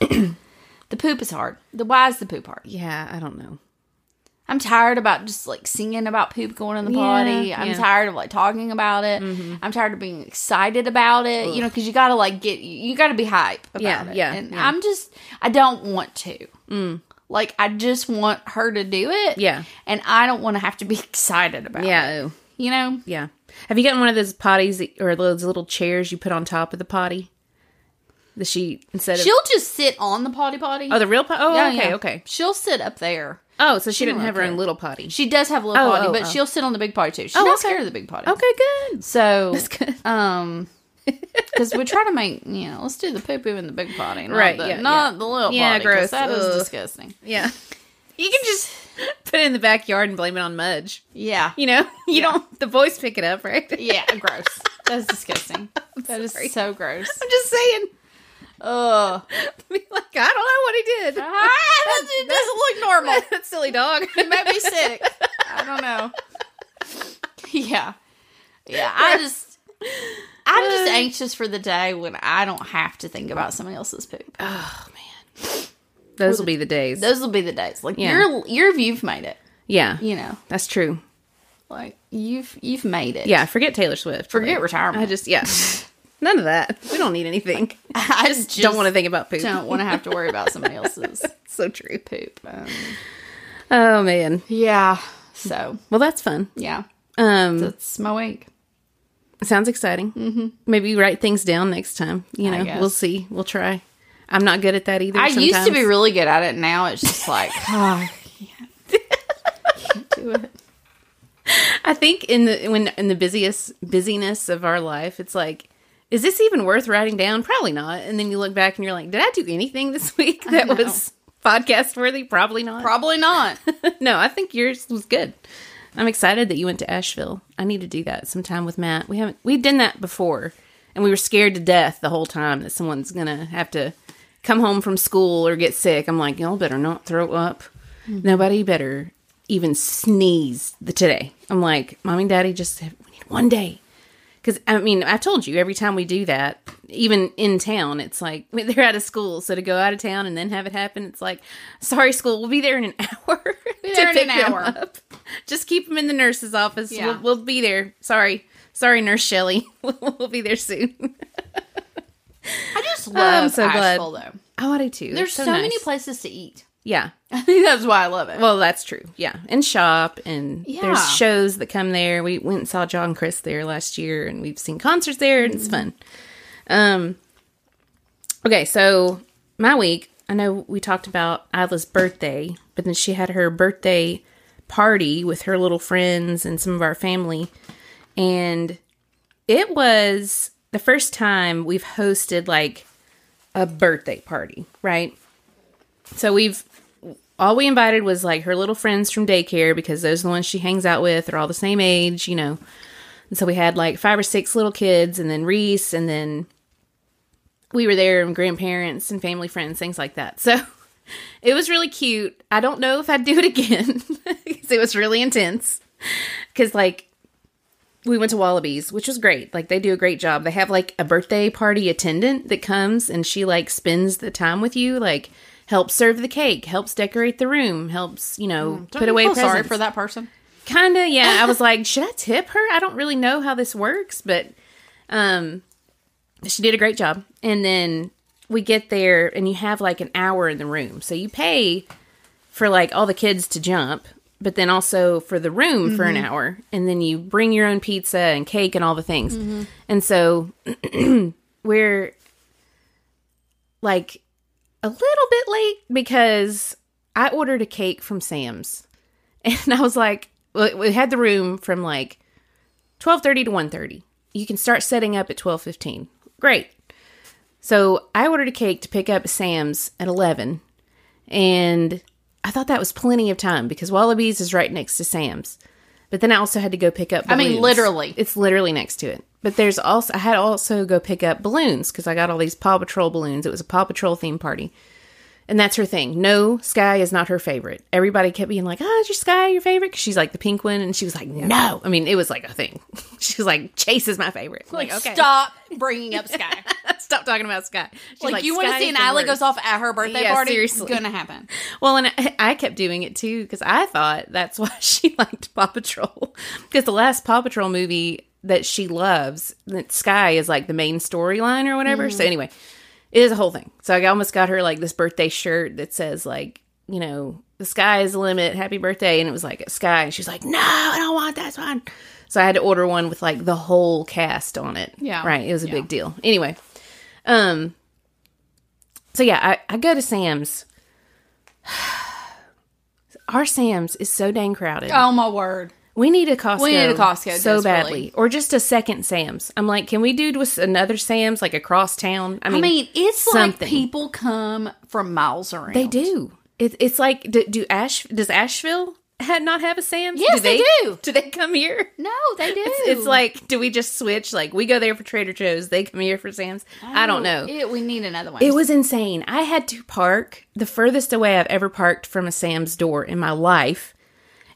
Speaker 1: the poop is hard. The why is the poop hard?
Speaker 2: Yeah, I don't know.
Speaker 1: I'm tired about just like singing about poop going in the potty.
Speaker 2: Yeah, Mm-hmm.
Speaker 1: I'm
Speaker 2: yeah.
Speaker 1: tired of like talking about it. I'm tired of being excited about it. You know, because you gotta like get you gotta be hype about
Speaker 2: Yeah,
Speaker 1: it.
Speaker 2: yeah,
Speaker 1: and
Speaker 2: yeah. Mm.
Speaker 1: I'm just I don't want to. Like I just want her to do it.
Speaker 2: Yeah.
Speaker 1: and I don't want to have to be <laughs> excited about it.
Speaker 2: Yeah. ooh.
Speaker 1: You know,
Speaker 2: Yeah. Have you gotten one of those potties that- or those little chairs you put on top of the potty? That she instead of
Speaker 1: she'll just sit on the potty potty.
Speaker 2: oh the real potty. Oh
Speaker 1: Yeah,
Speaker 2: okay
Speaker 1: yeah.
Speaker 2: okay.
Speaker 1: She'll sit up there.
Speaker 2: Oh, so she, didn't
Speaker 1: don't
Speaker 2: have her
Speaker 1: care.
Speaker 2: own little potty.
Speaker 1: She does have a little
Speaker 2: Oh,
Speaker 1: potty,
Speaker 2: oh,
Speaker 1: but
Speaker 2: oh.
Speaker 1: she'll sit on the big potty too. She's
Speaker 2: Oh,
Speaker 1: not
Speaker 2: okay.
Speaker 1: scared of the big potty.
Speaker 2: Okay, good.
Speaker 1: So
Speaker 2: That's good. <laughs>
Speaker 1: Um, because we try to make you know, let's do the poo poo in the big potty, not
Speaker 2: Right,
Speaker 1: The,
Speaker 2: yeah,
Speaker 1: not the little
Speaker 2: Yeah,
Speaker 1: potty. 'cause
Speaker 2: gross.
Speaker 1: That is
Speaker 2: Ugh.
Speaker 1: disgusting.
Speaker 2: Yeah. You can <laughs> just put it in the backyard and blame it on Mudge.
Speaker 1: Yeah,
Speaker 2: You know, <laughs> you don't. The boys pick it up, right? <laughs>
Speaker 1: yeah, gross. That's disgusting. That is
Speaker 2: sorry.
Speaker 1: so gross.
Speaker 2: <laughs> I'm just saying.
Speaker 1: Ugh.
Speaker 2: Be like, I don't know what he did. <laughs>
Speaker 1: Ah, that, it doesn't look normal.
Speaker 2: that silly dog.
Speaker 1: It made me sick. I don't know. Yeah, yeah. I just. I'm just anxious for the day when I don't have to think about somebody else's poop.
Speaker 2: <laughs> Those will be the days.
Speaker 1: Those will be the days. Like
Speaker 2: Yeah.
Speaker 1: you're, you're, you've made it.
Speaker 2: yeah,
Speaker 1: You know,
Speaker 2: that's true.
Speaker 1: like you've, you've made it.
Speaker 2: Yeah, forget Taylor Swift.
Speaker 1: Forget retirement. <laughs>
Speaker 2: I just yeah. None of that. We don't need anything.
Speaker 1: I just,
Speaker 2: don't want to think about poop.
Speaker 1: Don't want to have to worry about somebody <laughs> else's
Speaker 2: So true.
Speaker 1: poop. Um,
Speaker 2: Oh man.
Speaker 1: yeah. So
Speaker 2: Well, that's fun.
Speaker 1: yeah,
Speaker 2: Um,
Speaker 1: that's my week.
Speaker 2: sounds exciting. Mm-hmm. Maybe write things down next time. You
Speaker 1: I
Speaker 2: know,
Speaker 1: guess.
Speaker 2: we'll see. We'll try. I'm not good at that either.
Speaker 1: I used to be
Speaker 2: sometimes.
Speaker 1: really good at it. Now it's just <laughs> like oh, I can't, can't do it.
Speaker 2: I think in the when in the busiest busyness of our life, it's like, is this even worth writing down? Probably not. And then you look back and you're like, did I do anything this <laughs> week that
Speaker 1: know.
Speaker 2: was podcast worthy? Probably not.
Speaker 1: Probably <laughs> not.
Speaker 2: <laughs> no, I think yours was good. I'm excited that you went to Asheville. I need to do that sometime with Matt. We haven't we've done that before, and we were scared to death the whole time that someone's gonna have to come home from school or get sick. I'm like, y'all better not throw up. Nobody better even sneeze the today. I'm like, mom and daddy just have, we need one day. Because I mean, I told you every time we do that, even in town, it's like <laughs> when they're out of school. So to go out of town and then have it happen, it's like, sorry, school, we'll be there in an <laughs> hour.
Speaker 1: Be
Speaker 2: to
Speaker 1: there in
Speaker 2: pick
Speaker 1: an
Speaker 2: them
Speaker 1: hour.
Speaker 2: up. Just keep them in the nurse's office.
Speaker 1: Yeah.
Speaker 2: We'll, we'll be there. Sorry, sorry, Nurse Shelley. <laughs> we'll be there soon.
Speaker 1: I just love
Speaker 2: I'm so glad.
Speaker 1: Asheville though.
Speaker 2: Oh, I do too.
Speaker 1: There's so,
Speaker 2: nice.
Speaker 1: many places to <laughs> eat.
Speaker 2: Yeah.
Speaker 1: I think that's why I love it.
Speaker 2: Well, that's true. Yeah, and shop and
Speaker 1: Yeah.
Speaker 2: there's shows that come there. We went and saw John Chris there last year, and we've seen concerts there, and it's fun. Um. Okay, so my week. I know we talked about Isla's birthday, but then she had her birthday party with her little friends and some of our family, and it was the first time we've hosted like a birthday party, right? So we've all we invited was like her little friends from daycare because those are the ones she hangs out with. They're all the same age, you know. And so we had like five or six little kids, and then Reese, and then we were there, and grandparents and family friends, things like that. So <laughs> it was really cute. I don't know if I'd do it again <laughs> 'cause it was really intense. Because like we went to Wallabies, which was great. Like they do a great job. They have like a birthday party attendant that comes and she like spends the time with you, like helps serve the cake, helps decorate the room, helps you know
Speaker 1: Don't
Speaker 2: put
Speaker 1: you
Speaker 2: away
Speaker 1: feel
Speaker 2: presents.
Speaker 1: Mm. sorry for that person.
Speaker 2: Kind of, yeah. I was like, should I tip her? I don't really know how this works, but um, she did a great job. And then we get there, and you have like an hour in the room, so you pay for like all the kids to jump, but then also for the room for an hour, and then you bring your own pizza and cake and all the things. And so <clears throat> we're like a little bit late because I ordered a cake from Sam's <laughs> and I was like, well, we had the room from like twelve thirty to one thirty. You can start setting up at twelve fifteen. Great. So I ordered a cake to pick up at Sam's at eleven, and I thought that was plenty of time because Wallabies is right next to Sam's. But then I also had to go pick up.
Speaker 1: I mean,
Speaker 2: balloons.
Speaker 1: literally.
Speaker 2: it's literally next to it. But there's also I had to also go pick up balloons because I got all these Paw Patrol balloons. It was a Paw Patrol theme party And that's her thing. No, Sky is not her favorite. Everybody kept being like, "Oh, is your Sky your favorite?" 'Cause she's like the pink one, and she was like, "No." I mean, it was like a thing. <laughs> She was like, "Chase is my favorite." Like, okay,
Speaker 1: Stop bringing up Sky.
Speaker 2: <laughs> stop talking about Sky.
Speaker 1: <laughs>
Speaker 2: She's
Speaker 1: like, you want to
Speaker 2: "Sky
Speaker 1: see
Speaker 2: is
Speaker 1: an
Speaker 2: the
Speaker 1: Isla
Speaker 2: worst."
Speaker 1: goes off at her birthday
Speaker 2: Yeah,
Speaker 1: party? It's
Speaker 2: seriously.
Speaker 1: gonna happen.
Speaker 2: Well, and I, I kept doing it too because I thought that's <laughs> why she liked Paw Patrol. Because the last Paw Patrol movie that she loves, that Sky is like the main storyline or whatever.
Speaker 1: Mm.
Speaker 2: So anyway, it is a whole thing. So I almost got her like this birthday shirt that says like, you know, the sky is the limit, happy birthday, and it was like a sky, and she's like, no, I don't want that one. So I had to order one with like the whole cast on it.
Speaker 1: Yeah.
Speaker 2: right. It was a
Speaker 1: Yeah.
Speaker 2: big deal. Anyway, um, so yeah, I, I go to Sam's. <sighs> Our Sam's is so dang crowded.
Speaker 1: Oh my word.
Speaker 2: We need a Costco.
Speaker 1: We need a Costco, desperately.
Speaker 2: so badly, or just a second Sam's. I'm like, can we do with another Sam's like across town?
Speaker 1: I mean, it's
Speaker 2: something.
Speaker 1: like people come from miles around.
Speaker 2: They do. It, it's like do, do Ash does Asheville ha- not have a Sam's?
Speaker 1: Yes, they do.
Speaker 2: Do they come here?
Speaker 1: No, they do.
Speaker 2: It's like do we just switch? Like we go there for Trader Joe's, they come here for Sam's. I don't know.
Speaker 1: It, we need another one.
Speaker 2: It was insane. I had to park the furthest away I've ever parked from a Sam's door in my life.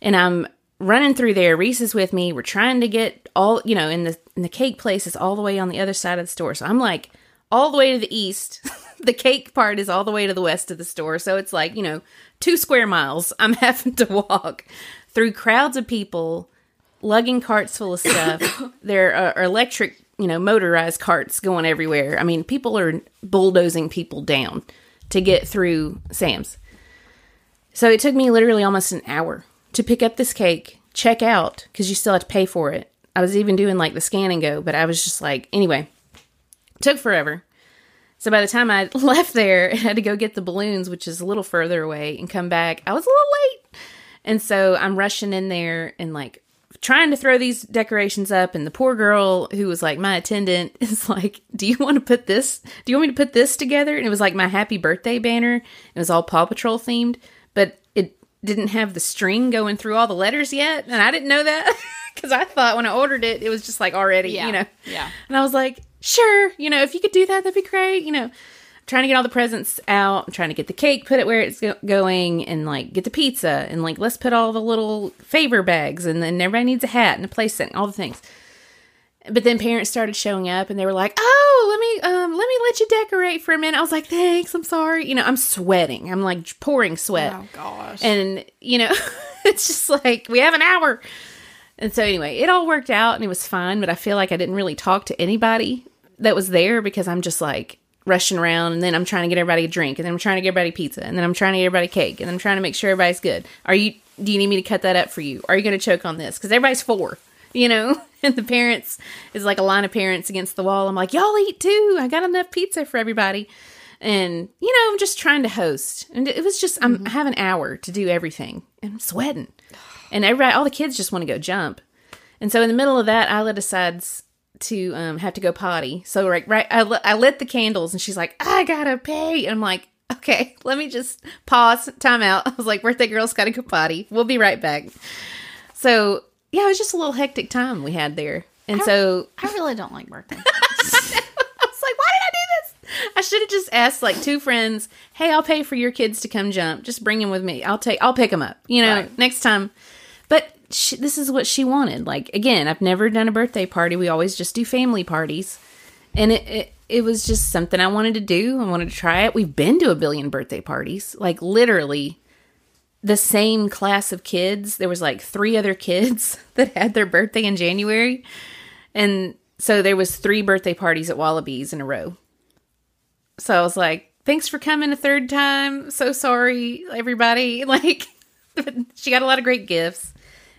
Speaker 2: And I'm running through there. Reese is with me. We're trying to get all, you know, in the in the cake place is all the way on the other side of the store. So I'm like all the way to the east. <laughs> the cake part is all the way to the west of the store. So it's like, you know, 2 square miles I'm <laughs> having to walk through crowds of people lugging carts full of stuff. there are electric, you know, motorized carts going everywhere. I mean, people are bulldozing people down to get through Sam's. So it took me literally almost an hour to pick up this cake, check out, because you still have to pay for it. I was even doing like the scan and go, but I was just like, anyway, took forever. So by the time I <laughs> left there and had to go get the balloons, which is a little further away, and come back, I was a little late. And so I'm rushing in there and like trying to throw these decorations up. And the poor girl who was like my attendant <laughs> is like, Do you want to put this? Do you want me to put this together? And it was like my happy birthday banner. It was all Paw Patrol themed, but it didn't have the string going through all the letters yet. And I didn't know that <laughs> because I thought when I ordered it, it was just like already,
Speaker 1: Yeah,
Speaker 2: you know.
Speaker 1: yeah.
Speaker 2: And I was like, sure, you know, if you could do that, that'd be great. You know, trying to get all the presents out, I'm trying to get the cake, put it where it's go- going, and like get the pizza, and like let's put all the little favor bags, and then everybody needs a hat and a place set, and all the things. But then parents started showing up, and they were like, "Oh, let me, um, let me let you decorate for a minute." I was like, "Thanks, I'm sorry." You know, I'm sweating. I'm like pouring sweat.
Speaker 1: oh gosh.
Speaker 2: And, you know, <laughs> it's just like, we have an hour. And so, anyway, it all worked out and it was fine, but I feel like I didn't really talk to anybody that was there because I'm just like rushing around and then I'm trying to get everybody a drink and then I'm trying to get everybody pizza and then I'm trying to get everybody cake and then I'm trying to make sure everybody's good. Are you, do you need me to cut that up for you? Are you going to choke on this? Because everybody's four, you know? <laughs> And the parents is like a line of parents against the wall. I'm like, y'all eat too. I got enough pizza for everybody and you know i'm just trying to host and it was just i'm I have an hour to do everything and i'm sweating and everybody all the kids just want to go jump and so in the middle of that isla decides to um, have to go potty so like right I, li- I lit the candles and she's like i gotta pay and i'm like okay <laughs> let me just pause time out <laughs> i was like birthday girl's gotta go potty we'll be right back so yeah it was just a little hectic time we had there and so
Speaker 1: I really don't like birthday.
Speaker 2: I was like, why did I do this? I should have just asked like two friends, hey, I'll pay for your kids to come jump. Just bring them with me. I'll take, I'll pick them up, you know,
Speaker 1: Right.
Speaker 2: next time. But she, this is what she wanted. Like, again, I've never done a birthday party. We always just do family parties. And it, it, it was just something I wanted to do. I wanted to try it. We've been to a billion birthday parties, like literally the same class of kids. There was like three other kids <laughs> that had their birthday in January. And so there was three birthday parties at Wallabies in a row. So I was like, "Thanks for coming a third time. So sorry, everybody." <laughs> Like, but she got a lot of great gifts,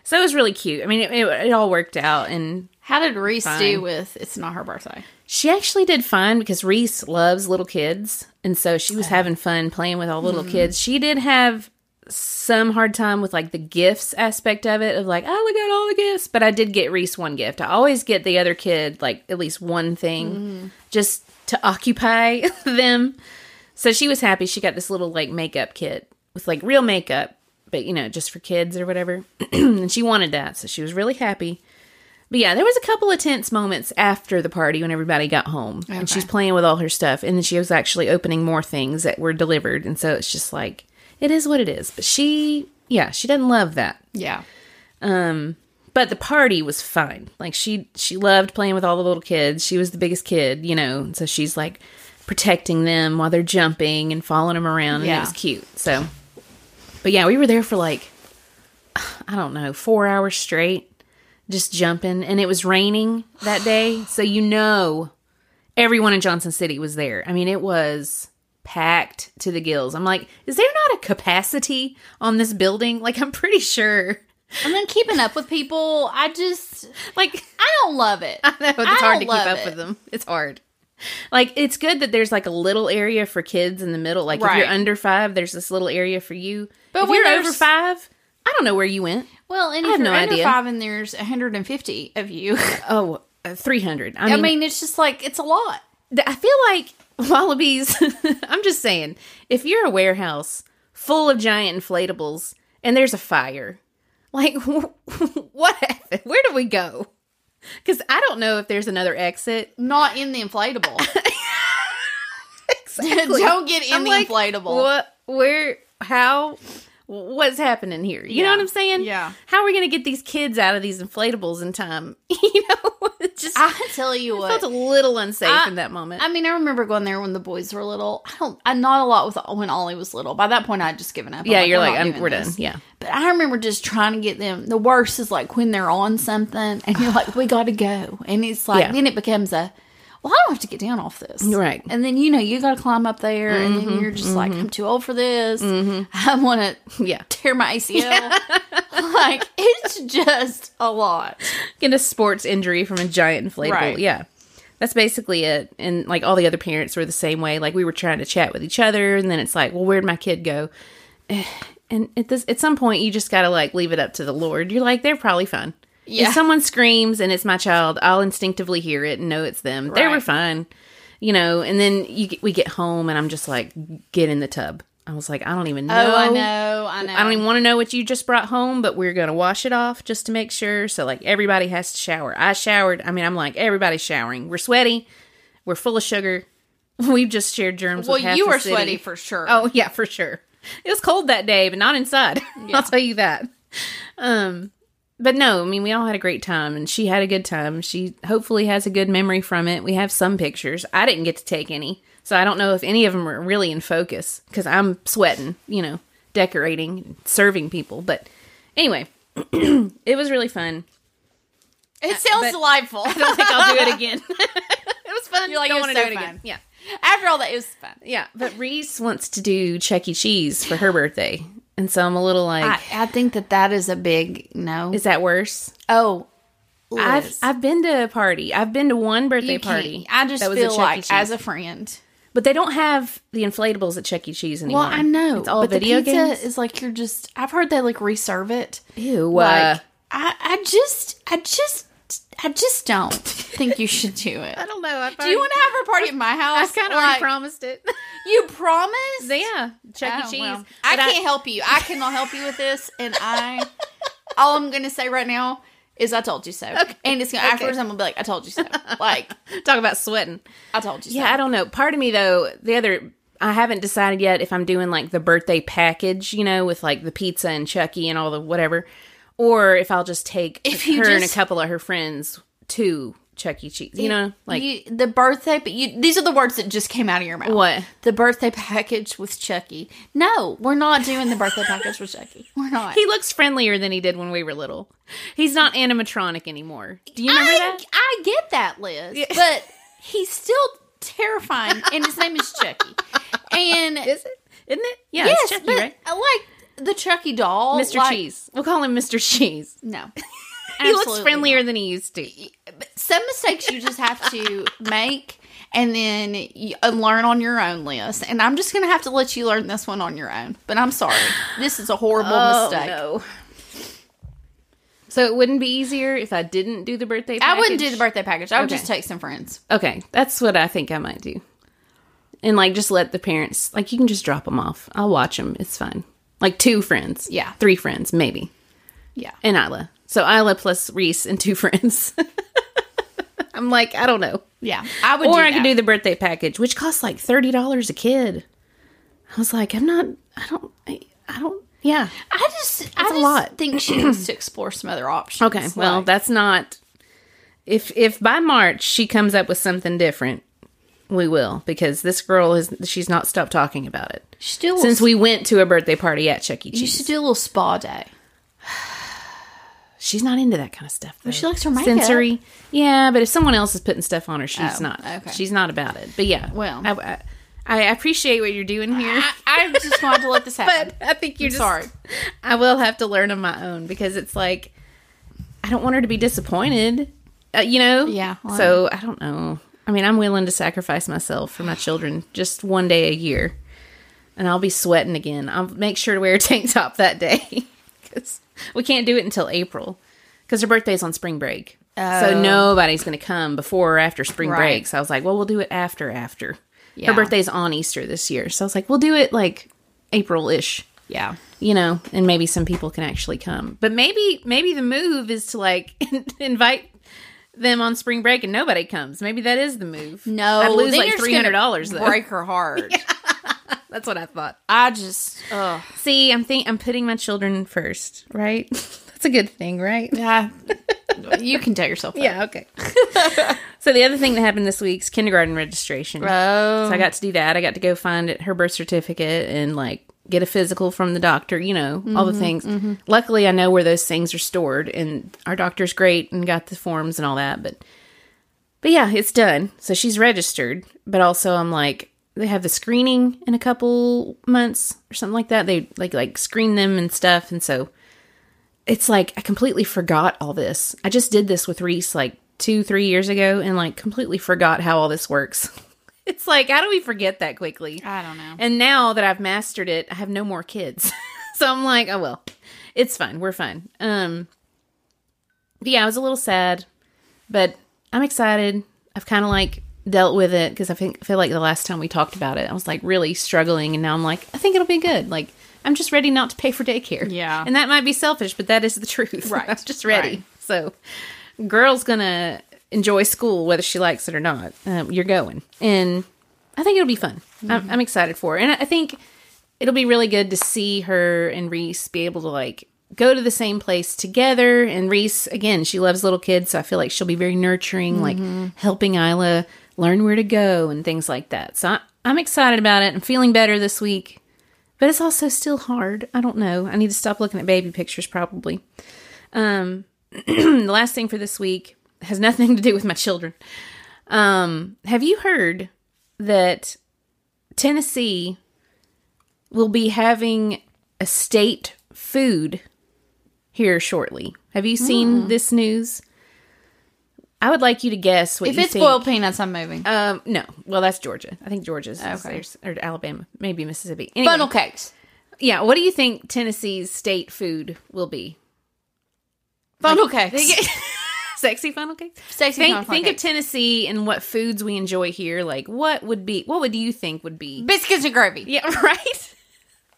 Speaker 2: so it was really cute. I mean, it, it, it all worked out, and
Speaker 1: How did Reese
Speaker 2: Fine.
Speaker 1: do with it's not her birthday?
Speaker 2: she actually did fine because Reese loves little kids, and so she was having fun playing with all the little kids. She did have some hard time with like the gifts aspect of it of like oh we got all the gifts but i did get reese one gift i always get the other kid like at least one thing just to occupy <laughs> them so she was happy she got this little like makeup kit with like real <clears throat> makeup but you know just for kids or whatever and she wanted that so she was really happy But yeah, there was a couple of tense moments after the party when everybody got home
Speaker 1: Okay.
Speaker 2: and she's playing with all her stuff and then she was actually opening more things that were delivered and so it's just like it is what it is. But she yeah, she didn't love that.
Speaker 1: Yeah.
Speaker 2: Um but the party was fun. Like she she loved playing with all the little kids. She was the biggest kid, you know, and so she's like protecting them while they're jumping and following them around and
Speaker 1: Yeah.
Speaker 2: it was cute. So but yeah, we were there for like I don't know, 4 hours straight just jumping and it was raining that day, so you know everyone in Johnson City was there. I mean, it was packed to the gills. I'm like, is there not a capacity on this building? Like I'm pretty sure
Speaker 1: And then keeping up with people, I just
Speaker 2: like
Speaker 1: I don't love it.
Speaker 2: <laughs> I know, it's hard to keep
Speaker 1: love
Speaker 2: up
Speaker 1: it.
Speaker 2: with them. It's hard. Like it's good that there's like a little area for kids in the middle. Like if
Speaker 1: Right.
Speaker 2: you're under five, there's this little area for you.
Speaker 1: But
Speaker 2: if
Speaker 1: when
Speaker 2: you're
Speaker 1: there's-
Speaker 2: over five, I don't know where you went.
Speaker 1: Well, and
Speaker 2: I
Speaker 1: if
Speaker 2: have
Speaker 1: you're
Speaker 2: no
Speaker 1: under
Speaker 2: idea.
Speaker 1: five and there's 150 of you, <laughs>
Speaker 2: Oh, uh, 300. I mean,
Speaker 1: I mean, it's just like it's a lot.
Speaker 2: th- I feel like <laughs> wallabies. <laughs> I'm just saying, if you're a warehouse full of giant inflatables and there's a fire, like <laughs> what happened? Where do we go? Because I don't know if there's another exit.
Speaker 1: Not in the inflatable.
Speaker 2: <laughs>
Speaker 1: <laughs>
Speaker 2: Exactly.
Speaker 1: Don't get in
Speaker 2: I'm
Speaker 1: the
Speaker 2: like,
Speaker 1: inflatable.
Speaker 2: What? Where? How? What's happening here? You know
Speaker 1: Yeah.
Speaker 2: what I'm saying?
Speaker 1: Yeah.
Speaker 2: How are we gonna get these kids out of these inflatables in time? <laughs> You know, it just I
Speaker 1: I tell you what.
Speaker 2: felt a little unsafe
Speaker 1: I-
Speaker 2: in that moment.
Speaker 1: I mean, I remember going there when the boys were little. I don't, I not a lot with when Ollie was little. By that point, I'd just given up. I'm
Speaker 2: yeah, you're like,
Speaker 1: not
Speaker 2: I'm,
Speaker 1: doing
Speaker 2: we're
Speaker 1: this.
Speaker 2: done. Yeah.
Speaker 1: But I remember just trying to get them. The worst is like when they're on something and you're like, we got to go. And it's like,
Speaker 2: Yeah.
Speaker 1: then it becomes a, well, I don't have to get down off this.
Speaker 2: Right. Mm-hmm,
Speaker 1: And then, you know, you got to climb up there and then you're just like, I'm too old for this. I want
Speaker 2: <laughs>
Speaker 1: to
Speaker 2: Yeah.
Speaker 1: tear my ACL. <laughs> like, it's just a lot.
Speaker 2: Get a sports injury from a giant inflatable.
Speaker 1: Right.
Speaker 2: Yeah. That's basically it. And like all the other parents were the same way. Like we were trying to chat with each other, and then it's like, well, where'd my kid go? <sighs> Eh, And at this, at some point, you just gotta like leave it up to the Lord. You're like, they're probably fine.
Speaker 1: Yeah.
Speaker 2: If someone screams and it's my child, I'll instinctively hear it and know it's them. They were
Speaker 1: Right.
Speaker 2: fine, you know. And then you get, we get home, and I'm just like, get in the tub. I was like, I don't even know.
Speaker 1: Oh, I know. I know.
Speaker 2: I don't even want to know what you just brought home, but we're gonna wash it off just to make sure. So like everybody has to shower. I showered. I mean, I'm like everybody's showering. We're sweaty. We're full of sugar. <laughs> We've just shared germs. with
Speaker 1: well,
Speaker 2: half
Speaker 1: you
Speaker 2: the
Speaker 1: were
Speaker 2: city.
Speaker 1: sweaty for sure.
Speaker 2: Oh yeah, for sure. It was cold that day, but not inside. <laughs> I'll tell you that. Um, but no, I mean we all had a great time, and she had a good time. She hopefully has a good memory from it. We have some pictures. I didn't get to take any, so I don't know if any of them were really in focus because I'm sweating, you know, decorating, serving people. But anyway, <clears throat> it was really fun.
Speaker 1: it sounds
Speaker 2: but-
Speaker 1: delightful.
Speaker 2: I <laughs> don't think I'll do it again. it was fun.
Speaker 1: You're like,
Speaker 2: don't
Speaker 1: it was
Speaker 2: wanna
Speaker 1: so fun.
Speaker 2: Yeah.
Speaker 1: After all that, it was fun.
Speaker 2: Yeah, but Reese wants to do Chuck E. Cheese for her birthday, and so I'm a little like,
Speaker 1: I, I think that that is a big no.
Speaker 2: is that worse?
Speaker 1: oh,
Speaker 2: I've
Speaker 1: Liz,
Speaker 2: I've been to a party. I've been to one birthday
Speaker 1: you can't-
Speaker 2: party.
Speaker 1: I just
Speaker 2: that was
Speaker 1: feel
Speaker 2: at Chuck E.
Speaker 1: like
Speaker 2: Cheese.
Speaker 1: as a friend.
Speaker 2: but they don't have the inflatables at Chuck E. Cheese anymore.
Speaker 1: Well, I know,
Speaker 2: it's all
Speaker 1: but
Speaker 2: video
Speaker 1: the pizza
Speaker 2: games.
Speaker 1: is like you're just. I've heard they like reserve it.
Speaker 2: Ew, uh,
Speaker 1: Like I, I just, I just, I just don't think you should do it.
Speaker 2: I don't know. I've
Speaker 1: Do you want to have her party at my house?
Speaker 2: kind of
Speaker 1: Like,
Speaker 2: promised it.
Speaker 1: You promise?
Speaker 2: <laughs> yeah, Chuck E.
Speaker 1: Oh,
Speaker 2: Cheese.
Speaker 1: well.
Speaker 2: But
Speaker 1: I can't help you. I cannot help you with this, and I. <laughs> All I'm gonna say right now is I told you so, and it's gonna afterwards I'm gonna be like I told you so, like
Speaker 2: talk about sweating.
Speaker 1: I told you so.
Speaker 2: Yeah, I don't know. Part of me though, the other I haven't decided yet if I'm doing like the birthday package, you know, with like the pizza and Chucky and all the whatever, or if I'll just take
Speaker 1: If
Speaker 2: her
Speaker 1: you
Speaker 2: and a
Speaker 1: just-
Speaker 2: couple of her friends to Chuck E. Cheese. You know, like
Speaker 1: You- the birthday. But you, these are the words that just came out of your mouth.
Speaker 2: What?
Speaker 1: the birthday package with Chucky? No, we're not doing the birthday package with Chucky. We're not.
Speaker 2: he looks friendlier than he did when we were little. He's not animatronic anymore. Do you remember
Speaker 1: I,
Speaker 2: that?
Speaker 1: I get that, Liz, but he's still terrifying, and his name is Chucky.
Speaker 2: <laughs>
Speaker 1: And
Speaker 2: Is it? Isn't it? Yeah,
Speaker 1: yes,
Speaker 2: it's Chucky,
Speaker 1: but
Speaker 2: E, right?
Speaker 1: I like the Chucky doll,
Speaker 2: Mr.
Speaker 1: like-
Speaker 2: Cheese. We'll call him Mr. Cheese.
Speaker 1: No,
Speaker 2: He looks friendlier than he used to.
Speaker 1: some mistakes you just have to make and then you learn on your own list and i'm just gonna have to let you learn this one on your own but i'm sorry this is a horrible mistake
Speaker 2: no. So it wouldn't be easier if I didn't do the birthday.
Speaker 1: i wouldn't do
Speaker 2: package?
Speaker 1: the birthday package i would
Speaker 2: Okay.
Speaker 1: just take some friends
Speaker 2: Okay, that's what I think I might do, and like just let the parents like you can just drop them off. I'll watch them. It's fine. Like two friends,
Speaker 1: Yeah.
Speaker 2: three friends maybe,
Speaker 1: yeah
Speaker 2: and Isla. So Isla plus Reese and two <laughs> friends. I'm like, I don't know.
Speaker 1: Yeah, I would.
Speaker 2: or
Speaker 1: do
Speaker 2: I could
Speaker 1: that.
Speaker 2: do the birthday package, which costs like thirty dollars a kid. I was like, I'm not. I don't. I, I don't. Yeah.
Speaker 1: I just, I
Speaker 2: a
Speaker 1: just
Speaker 2: lot.
Speaker 1: think <clears throat> she needs to explore some other options.
Speaker 2: Okay. well,
Speaker 1: Like,
Speaker 2: that's not. If if by March she comes up with something different, we will because this girl is she's not stopped talking about it
Speaker 1: she should do a little,
Speaker 2: since we went to a birthday party at Chuck E.
Speaker 1: you
Speaker 2: Cheese.
Speaker 1: should do a little spa day.
Speaker 2: She's not into that kind of stuff. Though.
Speaker 1: she likes her makeup.
Speaker 2: sensory. Yeah, but if someone else is putting stuff on her, she's
Speaker 1: Oh,
Speaker 2: not.
Speaker 1: okay.
Speaker 2: She's not about it. But yeah.
Speaker 1: Well.
Speaker 2: I, I, I appreciate what you're doing <laughs> here.
Speaker 1: I, I just wanted to let <laughs> this happen.
Speaker 2: but I think you're just
Speaker 1: sorry.
Speaker 2: I will have to learn on my own because it's like I don't want her to be disappointed. Uh, you know?
Speaker 1: Yeah, well-
Speaker 2: so I don't know. I mean, I'm willing to sacrifice myself for my children just one day a year, and I'll be sweating again. I'll make sure to wear a tank top that day <laughs> because we can't do it until April because her birthday's on spring break. So
Speaker 1: Oh.
Speaker 2: nobody's going to come before or after spring
Speaker 1: Right.
Speaker 2: break. So I was like, well, we'll do it after after.
Speaker 1: Yeah.
Speaker 2: Her birthday's on Easter this year. So I was like, we'll do it like April ish
Speaker 1: yeah.
Speaker 2: you know, and maybe some people can actually come. But maybe maybe the move is to like <laughs> invite them on spring break and nobody comes. Maybe that is the move.
Speaker 1: No,
Speaker 2: I lose
Speaker 1: then
Speaker 2: like
Speaker 1: you're just
Speaker 2: three hundred dollars
Speaker 1: gonna
Speaker 2: though.
Speaker 1: Break her <laughs> heart.
Speaker 2: That's what I thought.
Speaker 1: I just, ugh.
Speaker 2: See, I'm think I'm putting my children first, right? That's a good thing, right?
Speaker 1: Yeah. you can tell yourself. That.
Speaker 2: Yeah, okay. <laughs> so the other thing that happened this week's kindergarten registration.
Speaker 1: Oh,
Speaker 2: So I got to do that. I got to go find it, her birth certificate and like get a physical from the doctor, you know, all the things. Luckily, I know where those things are stored and our doctor's great and got the forms and all that. But, but yeah, it's done. So she's registered. But also, I'm like, they have the screening in a couple months or something like that. They like like screen them and stuff. And so it's like I completely forgot all this. I just did this with Reese like two, three years ago and like completely forgot how all this works. <laughs> It's like, how do we forget that quickly?
Speaker 1: I don't know.
Speaker 2: And now that I've mastered it, I have no more kids. <laughs> so I'm like, oh well. It's fine. We're fine. Um but yeah, I was a little sad, but I'm excited. I've kind of like dealt with it because I think feel like the last time we talked about it, I was like really struggling and now I'm like, I think it'll be good. Like I'm just ready not to pay for daycare.
Speaker 1: Yeah.
Speaker 2: And that might be selfish, but that is the <laughs> truth.
Speaker 1: Right.
Speaker 2: I'm just ready.
Speaker 1: Right.
Speaker 2: So girl's gonna enjoy school whether she likes it or not. Um, you're going, and I think it'll be fun.
Speaker 1: Mm-hmm.
Speaker 2: I'm, I'm excited for it, and I I think it'll be really good to see her and Reese be able to like go to the same place together. And Reese, again, she loves little kids, so I feel like she'll be very nurturing,
Speaker 1: Mm-hmm.
Speaker 2: like helping Isla learn where to go and things like that. So I, I'm excited about it. I'm feeling better this week. But it's also still hard. I don't know. I need to stop looking at baby pictures probably. Um, <clears throat> the last thing for this week has <laughs> nothing to do with my children. Um, have you heard that Tennessee will be having a state food here shortly? Have you
Speaker 1: Hmm.
Speaker 2: seen this news? I would like you to guess what
Speaker 1: If
Speaker 2: you
Speaker 1: it's
Speaker 2: think.
Speaker 1: boiled peanuts, I'm moving.
Speaker 2: Um, no, well that's Georgia. I think Georgia's is
Speaker 1: Okay.
Speaker 2: theirs, or Alabama, maybe Mississippi. Anyway,
Speaker 1: Funnel cakes.
Speaker 2: yeah, what do you think Tennessee's state food will be?
Speaker 1: Funnel cakes.
Speaker 2: <laughs> Sexy funnel cakes.
Speaker 1: Sexy
Speaker 2: think
Speaker 1: funnel
Speaker 2: think
Speaker 1: cakes.
Speaker 2: of Tennessee and what foods we enjoy here. Like, what would be? What would you think would be?
Speaker 1: biscuits and gravy.
Speaker 2: Yeah, <laughs> right.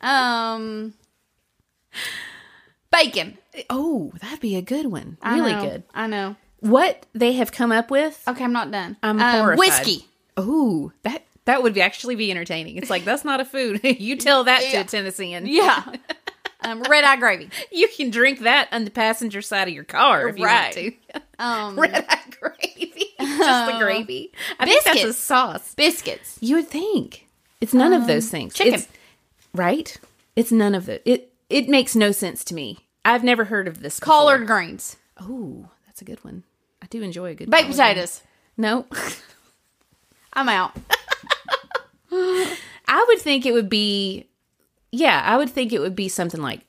Speaker 1: Um, bacon.
Speaker 2: Oh, that'd be a good one. Really
Speaker 1: I know,
Speaker 2: good.
Speaker 1: I know.
Speaker 2: What they have come up with.
Speaker 1: Okay, I'm not done. Um,
Speaker 2: I'm horrified.
Speaker 1: Whiskey.
Speaker 2: Oh, that that would be actually be entertaining. It's like that's not a food. <laughs> you tell that to
Speaker 1: Yeah.
Speaker 2: a
Speaker 1: <laughs>
Speaker 2: Tennessean.
Speaker 1: Yeah. um, red eye gravy.
Speaker 2: You can drink that on the passenger side of your car if you
Speaker 1: Right.
Speaker 2: want to.
Speaker 1: <laughs>
Speaker 2: <laughs>
Speaker 1: Um,
Speaker 2: Red eye gravy. <laughs> Just the
Speaker 1: Oh.
Speaker 2: gravy. I think that's a
Speaker 1: Biscuits.
Speaker 2: sauce.
Speaker 1: biscuits.
Speaker 2: You would think it's none of those things.
Speaker 1: Um, chicken.
Speaker 2: It's- right? It's none of the it. It makes no sense to me. I've never heard of this.
Speaker 1: Collard greens.
Speaker 2: Oh, that's a good one. I do enjoy a good
Speaker 1: Baked
Speaker 2: collard green.
Speaker 1: potatoes.
Speaker 2: No, <laughs>
Speaker 1: I'm out.
Speaker 2: I would think it would be. Yeah, I would think it would be something like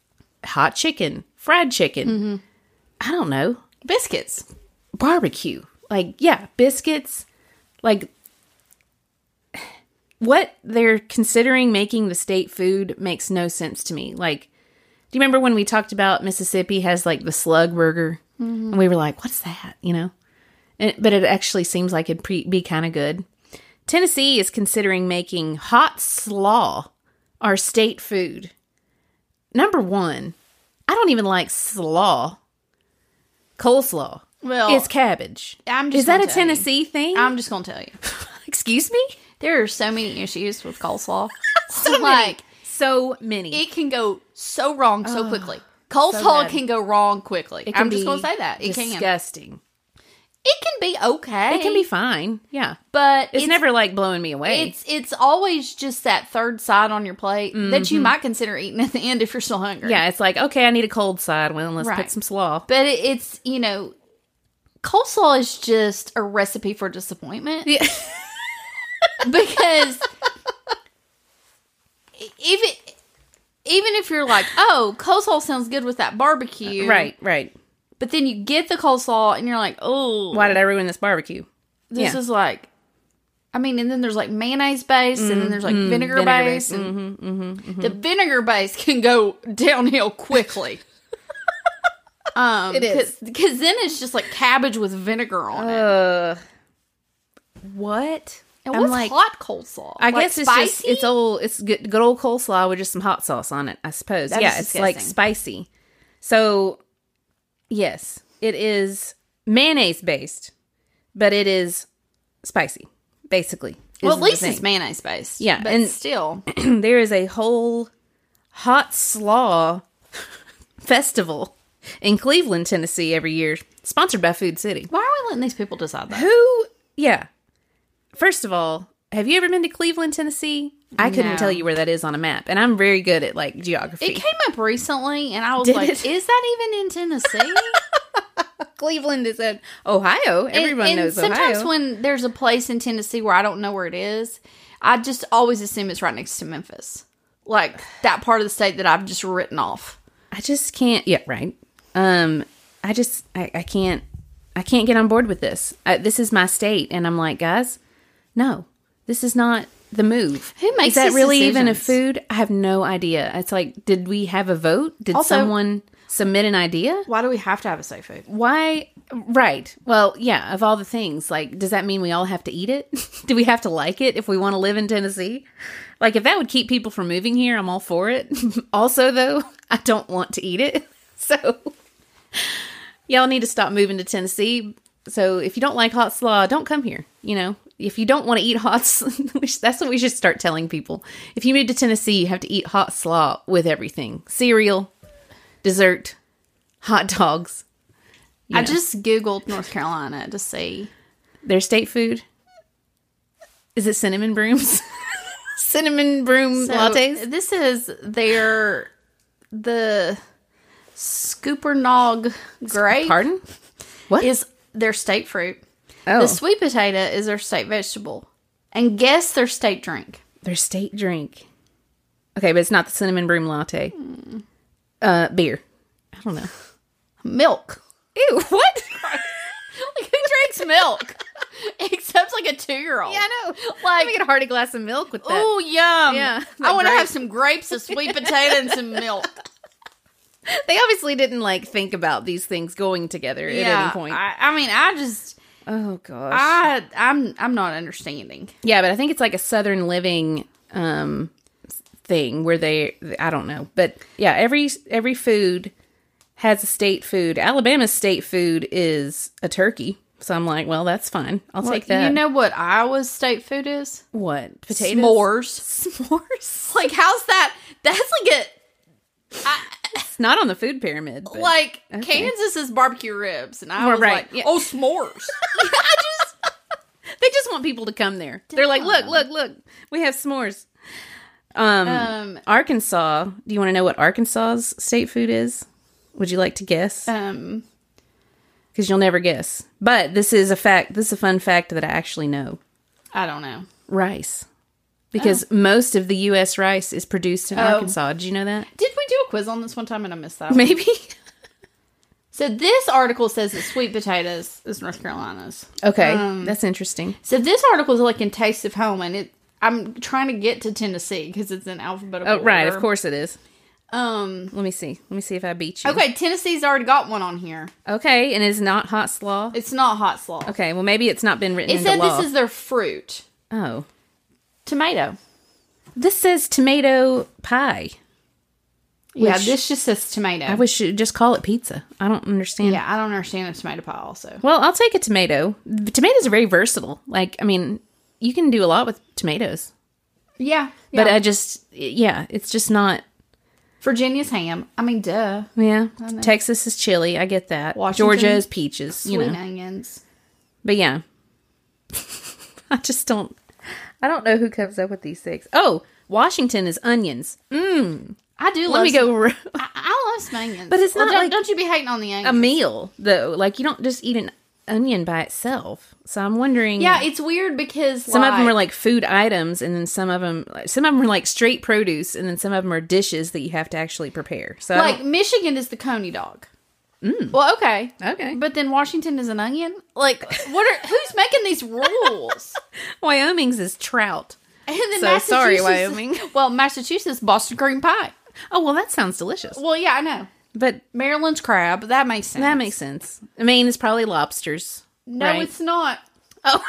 Speaker 2: hot chicken, fried chicken.
Speaker 1: Mm-hmm.
Speaker 2: I don't know
Speaker 1: Biscuits.
Speaker 2: barbecue. Like yeah, biscuits. Like what they're considering making the state food makes no sense to me. Like, do you remember when we talked about Mississippi has like the slug burger,
Speaker 1: Mm-hmm.
Speaker 2: and we were like, "What's that?" You know, and, but it actually seems like it'd pre- be kind of good. Tennessee is considering making hot slaw our state food. Number one, I don't even like slaw. Coleslaw.
Speaker 1: Well,
Speaker 2: is cabbage.
Speaker 1: I'm just
Speaker 2: is that
Speaker 1: gonna
Speaker 2: a
Speaker 1: tell you.
Speaker 2: Tennessee thing?
Speaker 1: I'm just gonna tell you,
Speaker 2: Excuse me?
Speaker 1: there are so many issues with <laughs> coleslaw.
Speaker 2: So
Speaker 1: like
Speaker 2: many. So many.
Speaker 1: it can go so wrong so quickly. Coleslaw
Speaker 2: bad.
Speaker 1: can go wrong quickly.
Speaker 2: It can
Speaker 1: I'm just
Speaker 2: be
Speaker 1: gonna say that it can.
Speaker 2: disgusting.
Speaker 1: It can be okay.
Speaker 2: It can be fine. Yeah.
Speaker 1: but
Speaker 2: It's, never like blowing me away.
Speaker 1: It's it's always just that third side on your plate that you might consider eating at the end if you're still hungry.
Speaker 2: Mm-hmm. yeah, it's like, okay, I need a cold side. Well, let's
Speaker 1: Right.
Speaker 2: put some slaw.
Speaker 1: but it, it's you know, coleslaw is just a recipe for disappointment
Speaker 2: Yeah.
Speaker 1: <laughs> because if it. Even if you're like, oh, coleslaw sounds good with that barbecue,
Speaker 2: right, right.
Speaker 1: But then you get the coleslaw and you're like, oh,
Speaker 2: Why did I ruin this barbecue?
Speaker 1: this
Speaker 2: yeah.
Speaker 1: is like, I mean, and then there's like mayonnaise base, and then there's like vinegar,
Speaker 2: Mm-hmm. vinegar Mm-hmm.
Speaker 1: base, and the vinegar base can go downhill
Speaker 2: <laughs>
Speaker 1: quickly. um,
Speaker 2: It is.
Speaker 1: because then it's just like cabbage with vinegar on it.
Speaker 2: Uh, what?
Speaker 1: And
Speaker 2: I'm
Speaker 1: what's
Speaker 2: like-
Speaker 1: hot coleslaw?
Speaker 2: I
Speaker 1: Like,
Speaker 2: guess it's just it's old it's good, good old coleslaw with just some hot sauce on it. I suppose.
Speaker 1: That
Speaker 2: yeah,
Speaker 1: is
Speaker 2: it's like
Speaker 1: disgusting.
Speaker 2: spicy. So, yes, it is mayonnaise based, but it is spicy. Basically, is
Speaker 1: well, at
Speaker 2: the
Speaker 1: least
Speaker 2: thing.
Speaker 1: it's mayonnaise based.
Speaker 2: Yeah,
Speaker 1: but
Speaker 2: and- <clears throat>
Speaker 1: still,
Speaker 2: there is a whole hot slaw <laughs> festival in Cleveland, Tennessee, every year, sponsored by Food City.
Speaker 1: why are we letting these people decide that?
Speaker 2: Who? Yeah. First of all, have you ever been to Cleveland, Tennessee? I couldn't
Speaker 1: No.
Speaker 2: tell you where that is on a map, and I'm very good at like geography.
Speaker 1: It came up recently, and I was
Speaker 2: Did
Speaker 1: like,
Speaker 2: it?
Speaker 1: "Is that even in
Speaker 2: <laughs>
Speaker 1: Tennessee?"
Speaker 2: Cleveland is in Ohio.
Speaker 1: And-
Speaker 2: Everyone
Speaker 1: and
Speaker 2: knows
Speaker 1: sometimes
Speaker 2: Ohio.
Speaker 1: when there's a place in Tennessee where I don't know where it is, I just always assume it's right next to Memphis, like that part of the state that I've just written off.
Speaker 2: I just can't. Yeah, right. Um, I just I, I can't I can't get on board with this. I, this is my state, and I'm like, guys, no, this is not the move.
Speaker 1: Who makes
Speaker 2: is that
Speaker 1: these
Speaker 2: really even a
Speaker 1: decisions?
Speaker 2: food? I have no idea. It's like, did we have a vote? Did
Speaker 1: Also-
Speaker 2: someone submit an idea?
Speaker 1: Why do we have to have a safe food?
Speaker 2: Why? Right. Well, yeah, of all the things, like, does that mean we all have to eat it? <laughs> Do we have to like it if we want to live in Tennessee? Like, if that would keep people from moving here, I'm all for it. <laughs> also, though, I don't want to eat it. <laughs> So, y'all need to stop moving to Tennessee. So, if you don't like hot slaw, don't come here. You know, if you don't want to eat hot, s- <laughs> we sh- that's what we should start telling people. If you move to Tennessee, you have to eat hot slaw with everything cereal, dessert, hot dogs.
Speaker 1: I
Speaker 2: know.
Speaker 1: just googled North Carolina to see.
Speaker 2: Their state food? Is it cinnamon brooms? <laughs> cinnamon broom
Speaker 1: So,
Speaker 2: lattes?
Speaker 1: This is their the Scoopernog grape
Speaker 2: Pardon? What?
Speaker 1: is their state fruit.
Speaker 2: oh,
Speaker 1: The sweet potato is their state vegetable, and guess their state drink.
Speaker 2: their state drink. Okay, but it's not the cinnamon broom latte. Uh, beer. I don't know.
Speaker 1: Milk.
Speaker 2: Ew, what?
Speaker 1: Like who drinks milk? Except like a two year old.
Speaker 2: <laughs> yeah, I know.
Speaker 1: Like-
Speaker 2: Like, <laughs> Let me get a hearty glass of milk with that.
Speaker 1: Oh yum.
Speaker 2: Yeah.
Speaker 1: I want to
Speaker 2: Grape.
Speaker 1: have some grapes, a sweet potato, and some
Speaker 2: <laughs>
Speaker 1: milk.
Speaker 2: They obviously didn't like think about these things going together at
Speaker 1: yeah.
Speaker 2: any point.
Speaker 1: I, I mean, I just
Speaker 2: oh gosh.
Speaker 1: I I'm I'm not understanding.
Speaker 2: Yeah, but I think it's like a Southern living um thing where they I don't know. But yeah, every every food has a state food. Alabama's state food is a turkey. So I'm like, well, that's fine. I'll take that.
Speaker 1: You know what Iowa's state food is?
Speaker 2: what? Potatoes.
Speaker 1: S'mores. <laughs>
Speaker 2: S'mores.
Speaker 1: Like how's that? That's like
Speaker 2: It's not on the food pyramid.
Speaker 1: a
Speaker 2: But
Speaker 1: like Kansas is barbecue ribs, and I was
Speaker 2: right,
Speaker 1: like,
Speaker 2: yeah.
Speaker 1: oh
Speaker 2: <laughs>
Speaker 1: s'mores.
Speaker 2: they just want people to come there. They're like, look, look, look. We have s'mores.
Speaker 1: um
Speaker 2: Arkansas. Do you want to know what Arkansas's state food is? Would you like to guess?
Speaker 1: um
Speaker 2: Because you'll never guess. But this is a fact. This is a fun fact that I actually know.
Speaker 1: I don't know.
Speaker 2: rice because
Speaker 1: Oh.
Speaker 2: most of the U.S. rice is produced in Arkansas. Did you know
Speaker 1: <laughs>
Speaker 2: that?
Speaker 1: Did we do a quiz on this one time and I missed that? one?
Speaker 2: Maybe.
Speaker 1: So this article says that sweet potatoes is North Carolina's.
Speaker 2: Okay,
Speaker 1: Um,
Speaker 2: that's interesting.
Speaker 1: So this article is like in Taste of Home, and it I'm trying to get to Tennessee because it's in alphabetical.
Speaker 2: Oh, right.
Speaker 1: order.
Speaker 2: Of course it is.
Speaker 1: Um.
Speaker 2: Let me see. Let me see if I beat you.
Speaker 1: Okay, Tennessee's already got one on here.
Speaker 2: Okay, and it's not hot slaw.
Speaker 1: It's not hot slaw.
Speaker 2: Okay, well maybe it's not been written
Speaker 1: It
Speaker 2: into
Speaker 1: said
Speaker 2: law.
Speaker 1: this is their fruit,
Speaker 2: oh,
Speaker 1: tomato.
Speaker 2: this says tomato pie.
Speaker 1: yeah,
Speaker 2: Which-
Speaker 1: this just says tomato.
Speaker 2: I wish you just call it pizza. I don't understand.
Speaker 1: yeah, I don't understand a tomato pie. Also,
Speaker 2: Well, I'll take a tomato. The tomatoes are very versatile. Like, I mean, you can do a lot with tomatoes.
Speaker 1: yeah,
Speaker 2: But uh,
Speaker 1: yeah.
Speaker 2: I just, yeah, it's just not.
Speaker 1: Virginia's ham. I mean, duh.
Speaker 2: Yeah, Texas is chili. I get that.
Speaker 1: Washington,
Speaker 2: Georgia is peaches. You
Speaker 1: Sweet
Speaker 2: know,
Speaker 1: onions.
Speaker 2: but yeah, <laughs> I just don't. I don't know who comes up with these things. Oh, Washington is onions.
Speaker 1: I do.
Speaker 2: Let
Speaker 1: love
Speaker 2: me
Speaker 1: some-
Speaker 2: go r-
Speaker 1: I, I love some onions,
Speaker 2: But it's
Speaker 1: Well,
Speaker 2: not
Speaker 1: don't,
Speaker 2: like- Um,
Speaker 1: don't you be hating on the onions.
Speaker 2: a meal though. Like you don't just eat an onion by itself. So I'm wondering.
Speaker 1: yeah, it's weird because
Speaker 2: Some of them are like food items, and then some of them, some of them are like straight produce, and then some of them are dishes that you have to actually prepare. So I
Speaker 1: like Michigan is the coney dog. Well, okay,
Speaker 2: don't- Mm. okay, but
Speaker 1: but then Washington is an onion. Like, what are who's making these rules?
Speaker 2: <laughs> Wyoming's is trout.
Speaker 1: And then
Speaker 2: So sorry,
Speaker 1: Massachusetts-
Speaker 2: Wyoming.
Speaker 1: <laughs> Well, Massachusetts Boston cream pie.
Speaker 2: Oh well, that sounds delicious.
Speaker 1: Well, yeah, I know.
Speaker 2: But
Speaker 1: Maryland's crab. That makes sense.
Speaker 2: that makes sense. Maine is probably lobsters.
Speaker 1: no,
Speaker 2: right?
Speaker 1: it's not.
Speaker 2: oh,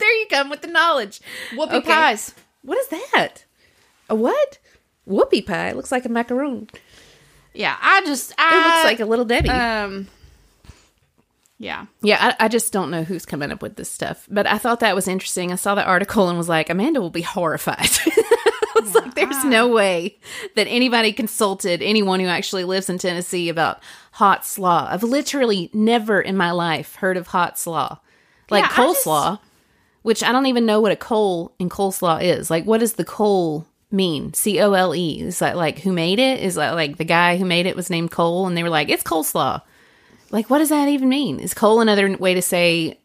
Speaker 2: there you come with the knowledge.
Speaker 1: Whoopie
Speaker 2: Okay.
Speaker 1: pies.
Speaker 2: What is that? A what? Whoopie pie. It looks like a macaroon.
Speaker 1: Yeah, I just I
Speaker 2: It looks like a little Debbie.
Speaker 1: um. Yeah,
Speaker 2: Yeah, I, I just don't know who's coming up with this stuff. But I thought that was interesting. I saw the article and was like, Amanda will be horrified. <laughs> I was like, there's no way that anybody consulted anyone who actually lives in Tennessee about hot slaw. I've literally never in my life heard of hot slaw. Like
Speaker 1: Yeah, I just-
Speaker 2: coleslaw, which I don't even know what a cole in coleslaw is. Like, what does the cole mean? C O L E. Is that like who made it? Is that like the guy who made it was named Cole and they were like, it's coleslaw. Like, what does that even mean? Is Cole another way to say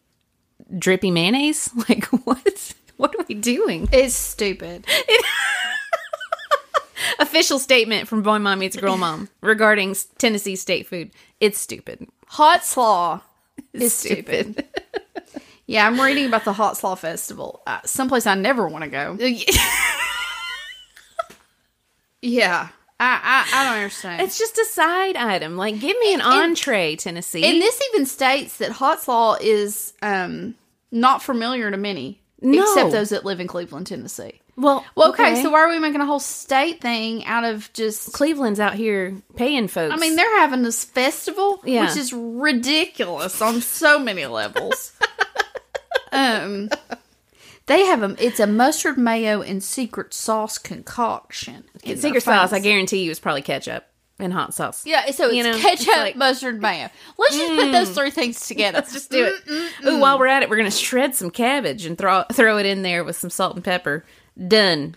Speaker 2: drippy mayonnaise? <laughs> Like, what? What are we doing?
Speaker 1: it's stupid.
Speaker 2: Official statement from Boy Mom Meets Girl
Speaker 1: <laughs>
Speaker 2: Mom regarding s- Tennessee state food. It's stupid.
Speaker 1: Hot slaw is stupid. <laughs>
Speaker 2: stupid.
Speaker 1: Yeah, I'm reading about the Hot Slaw Festival, uh, someplace I never want to go. <laughs> Yeah, I I, I don't understand.
Speaker 2: it's just a side item. Like, give me an entree, Tennessee.
Speaker 1: and this even states that hot slaw is um, not familiar to many,
Speaker 2: No.
Speaker 1: except those that live in Cleveland, Tennessee.
Speaker 2: well,
Speaker 1: Well, okay, so why are we making a whole state thing out of just?
Speaker 2: Cleveland's out here paying folks.
Speaker 1: I mean, they're having this festival,
Speaker 2: Yeah.
Speaker 1: which is ridiculous on so many <laughs> levels. um, they have a it's a mustard mayo and secret sauce concoction.
Speaker 2: And secret sauce, I guarantee you, is probably ketchup and hot sauce.
Speaker 1: Yeah, so it's Mm.
Speaker 2: You know, it's
Speaker 1: ketchup,
Speaker 2: like-
Speaker 1: mustard, mayo. Let's just put those three things <laughs> together.
Speaker 2: Let's just do it.
Speaker 1: mm,
Speaker 2: Ooh, while we're at it, we're gonna shred some cabbage and throw throw it in there with some salt and pepper. Done.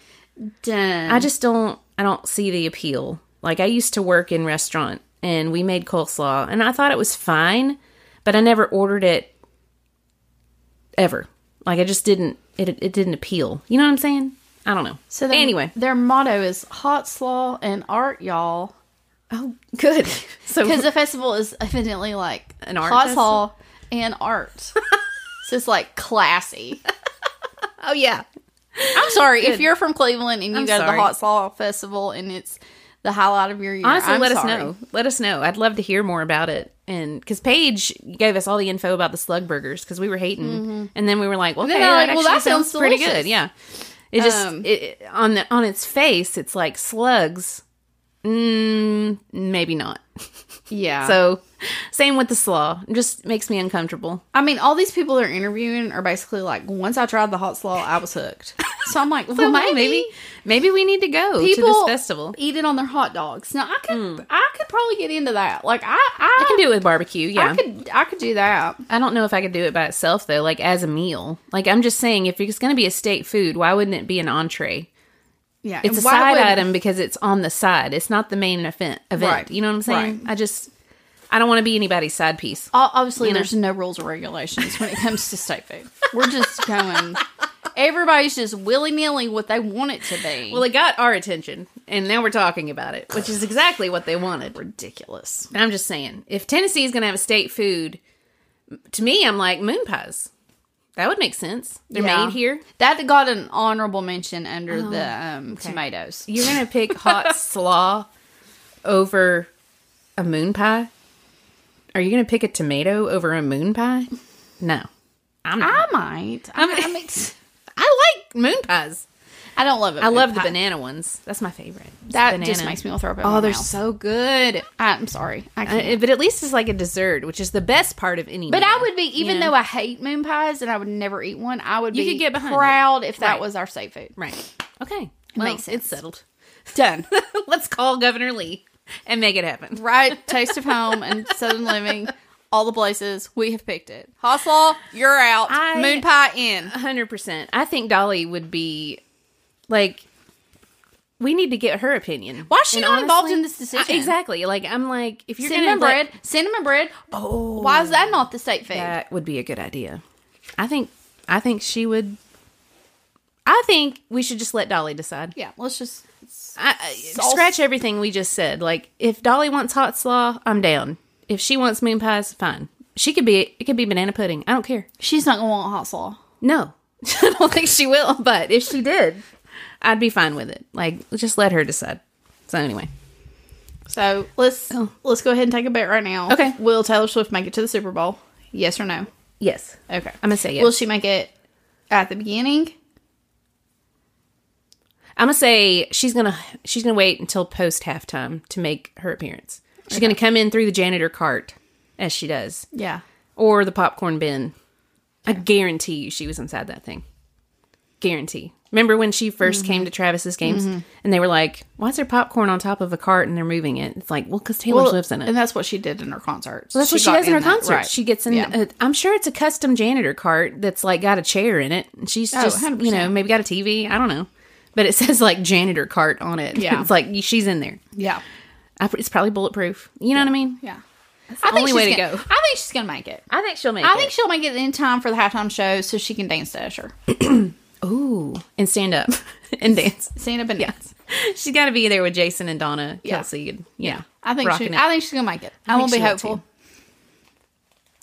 Speaker 1: Done.
Speaker 2: I just don't I don't see the appeal. Like I used to work in restaurant and we made coleslaw and I thought it was fine, but I never ordered it ever. Like I just didn't it it didn't appeal. You know what I'm saying? I don't know. So
Speaker 1: So their,
Speaker 2: anyway,
Speaker 1: their motto is "Hot slaw and art, y'all,"
Speaker 2: oh good. <laughs> So
Speaker 1: because the festival is evidently like
Speaker 2: An art
Speaker 1: hot
Speaker 2: festival?
Speaker 1: slaw and art. so it's like classy.
Speaker 2: <laughs> oh yeah.
Speaker 1: I'm sorry if you're from Cleveland and you
Speaker 2: I'm
Speaker 1: go to
Speaker 2: sorry.
Speaker 1: the hot slaw festival and it's the highlight of your year.
Speaker 2: Honestly,
Speaker 1: I'm
Speaker 2: let
Speaker 1: sorry.
Speaker 2: us know. Let us know. I'd love to hear more about it. And because Paige gave us all the info about the slug burgers because we were hating, and then we were like, "Well, okay,
Speaker 1: Mm-hmm. then I'm like,
Speaker 2: that
Speaker 1: well,
Speaker 2: actually
Speaker 1: that sounds
Speaker 2: pretty
Speaker 1: delicious.
Speaker 2: good." Yeah, it just
Speaker 1: Um,
Speaker 2: it, it- on the on its face, it's like slugs. Mm, maybe not.
Speaker 1: Yeah. So
Speaker 2: So, same with the slaw. It just makes me uncomfortable.
Speaker 1: I mean, all these people they're interviewing are basically like, once I tried the hot slaw, I was hooked. So I'm like, well,
Speaker 2: <laughs> So
Speaker 1: maybe.
Speaker 2: maybe maybe we need to go
Speaker 1: People
Speaker 2: to this festival. Hmm.
Speaker 1: eat it on their hot dogs. Now I could, I could probably get into that. Like I,
Speaker 2: I
Speaker 1: I,
Speaker 2: can do it with barbecue. Yeah,
Speaker 1: I could, I could do that.
Speaker 2: I don't know if I could do it by itself though, like as a meal. Like I'm just saying, if it's going to be a state food, why wouldn't it be an entree?
Speaker 1: Yeah,
Speaker 2: It's a
Speaker 1: why
Speaker 2: side
Speaker 1: would-
Speaker 2: item because it's on the side. It's not the main event. event.
Speaker 1: Right.
Speaker 2: You know what I'm saying? I just I don't want to be anybody's side piece.
Speaker 1: O- Obviously, there's no rules or regulations when it comes to state food. We're just going. Everybody's just willy nilly what they want it to be.
Speaker 2: Well, it got our attention, and now we're talking about it, which is exactly what they wanted.
Speaker 1: ridiculous.
Speaker 2: And I'm just saying, if Tennessee is going to have a state food, to me, I'm like moon pies. That would make sense. They're
Speaker 1: Yeah.
Speaker 2: made here.
Speaker 1: That got an honorable mention under the um, tomatoes.
Speaker 2: You're going to pick <laughs> hot slaw over a moon pie? Are you going to pick a tomato over a moon pie? No. I'm not.
Speaker 1: I might. I, I, mean,
Speaker 2: I like moon pies.
Speaker 1: <laughs> I don't love it.
Speaker 2: I love the
Speaker 1: pie.
Speaker 2: banana ones. That's my favorite. It's
Speaker 1: That
Speaker 2: banana.
Speaker 1: just makes me want to throw up. in my
Speaker 2: Oh, they're
Speaker 1: mouth.
Speaker 2: so good.
Speaker 1: I'm sorry. I can't.
Speaker 2: I, but at least it's like a dessert, which is the best part of any.
Speaker 1: But
Speaker 2: meal.
Speaker 1: I would be, even
Speaker 2: know?
Speaker 1: though I hate moon pies and I would never eat one, I would
Speaker 2: You
Speaker 1: be
Speaker 2: could get behind it.
Speaker 1: proud if that
Speaker 2: Right.
Speaker 1: was our state food.
Speaker 2: right. Okay,
Speaker 1: makes sense.
Speaker 2: It's settled.
Speaker 1: <laughs> Done.
Speaker 2: <laughs> Let's call Governor Lee and make it happen.
Speaker 1: right? Taste of home and Southern living, all the places we have picked it. Hosslaw, you're out.
Speaker 2: I-
Speaker 1: moon pie in.
Speaker 2: hundred percent. I think Dolly would be like. We need to get her opinion.
Speaker 1: Why is she
Speaker 2: And
Speaker 1: not involved in this
Speaker 2: I-
Speaker 1: decision?
Speaker 2: exactly. Like I'm like if you're
Speaker 1: cinnamon
Speaker 2: gonna,
Speaker 1: bread,
Speaker 2: let-
Speaker 1: cinnamon bread.
Speaker 2: oh,
Speaker 1: Why is that not the state food?
Speaker 2: that would be a good idea. I think. I think she would. I think we should just let Dolly decide.
Speaker 1: yeah, let's just
Speaker 2: I, I-
Speaker 1: Sauce.
Speaker 2: scratch everything we just said. Like if Dolly wants hot slaw, I'm down. If she wants moon pies, fine. She could be it could be banana pudding. I don't care.
Speaker 1: She's not gonna want hot slaw.
Speaker 2: No. <laughs> I don't think she will, but if she did, I'd be fine with it. Like just let her decide. So anyway.
Speaker 1: So let's let's go ahead and take a bet right now.
Speaker 2: Oh. Okay.
Speaker 1: Will Taylor Swift make it to the Super Bowl? Yes or no?
Speaker 2: Yes.
Speaker 1: Okay.
Speaker 2: I'm gonna say yes.
Speaker 1: Will she make it at the beginning?
Speaker 2: I'm gonna say she's gonna she's gonna wait until post halftime to make her appearance. She's gonna come in through the janitor cart as she does.
Speaker 1: Yeah.
Speaker 2: or the popcorn bin. I guarantee you she was inside that thing. Guarantee. Remember when she 1st came to Travis's games and they were like, why is there popcorn on top of a cart and they're moving it? It's like, well, because Taylor
Speaker 1: Well,
Speaker 2: lives in it.
Speaker 1: And that's what she did in her concerts.
Speaker 2: that's what she
Speaker 1: got
Speaker 2: does in her
Speaker 1: that,
Speaker 2: concerts.
Speaker 1: right.
Speaker 2: She gets in,
Speaker 1: Yeah.
Speaker 2: a, I'm sure it's a custom janitor cart that's like got a chair in it. And she's
Speaker 1: Oh,
Speaker 2: just, you know,
Speaker 1: 100%.
Speaker 2: maybe got a TV. I don't know. But it <laughs> says like janitor cart on it.
Speaker 1: Yeah.
Speaker 2: it's like she's in there.
Speaker 1: yeah.
Speaker 2: I, it's probably bulletproof. You know what I mean?
Speaker 1: Yeah. That's
Speaker 2: the only way to
Speaker 1: gonna,
Speaker 2: go.
Speaker 1: I think she's gonna make it.
Speaker 2: I think she'll make
Speaker 1: I think she'll make it in time for the halftime show so she can dance to Usher.
Speaker 2: Ooh. And stand up <laughs> and dance. <laughs>
Speaker 1: Stand up and dance.
Speaker 2: She's got to be there with Jason and Donna Kelsey. And, yeah,
Speaker 1: I think she,
Speaker 2: rocking it.
Speaker 1: I think she's gonna make it. I,
Speaker 2: think
Speaker 1: won't be
Speaker 2: she will,
Speaker 1: hopeful,
Speaker 2: too.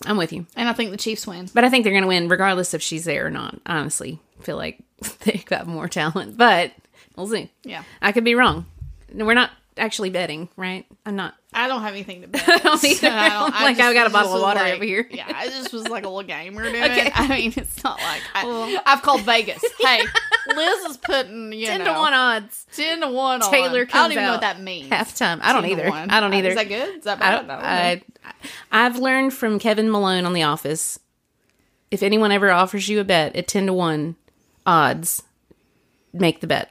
Speaker 2: I'm with you,
Speaker 1: and I think the Chiefs win.
Speaker 2: but I think they're going to win regardless if she's there or not. I honestly feel like <laughs> they've got more talent, but we'll see.
Speaker 1: Yeah.
Speaker 2: I could be wrong. No, We're not actually betting, right? I'm not.
Speaker 1: I don't have anything to <laughs> bet.
Speaker 2: don't either.
Speaker 1: So I don't- I
Speaker 2: Like,
Speaker 1: just-
Speaker 2: I've got a
Speaker 1: it
Speaker 2: bottle
Speaker 1: just
Speaker 2: of
Speaker 1: was
Speaker 2: water
Speaker 1: like-
Speaker 2: over here.
Speaker 1: Yeah, I just was like a little game <laughs> we're doing.
Speaker 2: Okay.
Speaker 1: I mean, it's not like I, I've called <laughs> Vegas. Hey, Liz is putting you
Speaker 2: Ten
Speaker 1: know,
Speaker 2: to one odds.
Speaker 1: ten to one. on. <laughs>
Speaker 2: Taylor
Speaker 1: I don't
Speaker 2: comes
Speaker 1: even know what
Speaker 2: out
Speaker 1: that means.
Speaker 2: Halftime. I
Speaker 1: 10
Speaker 2: don't
Speaker 1: to
Speaker 2: either.
Speaker 1: one.
Speaker 2: I don't
Speaker 1: Uh,
Speaker 2: either.
Speaker 1: Is that good? Is that bad?
Speaker 2: I don't. I, I've learned from Kevin Malone on The Office. If anyone ever offers you a bet at ten to one odds, make the bet.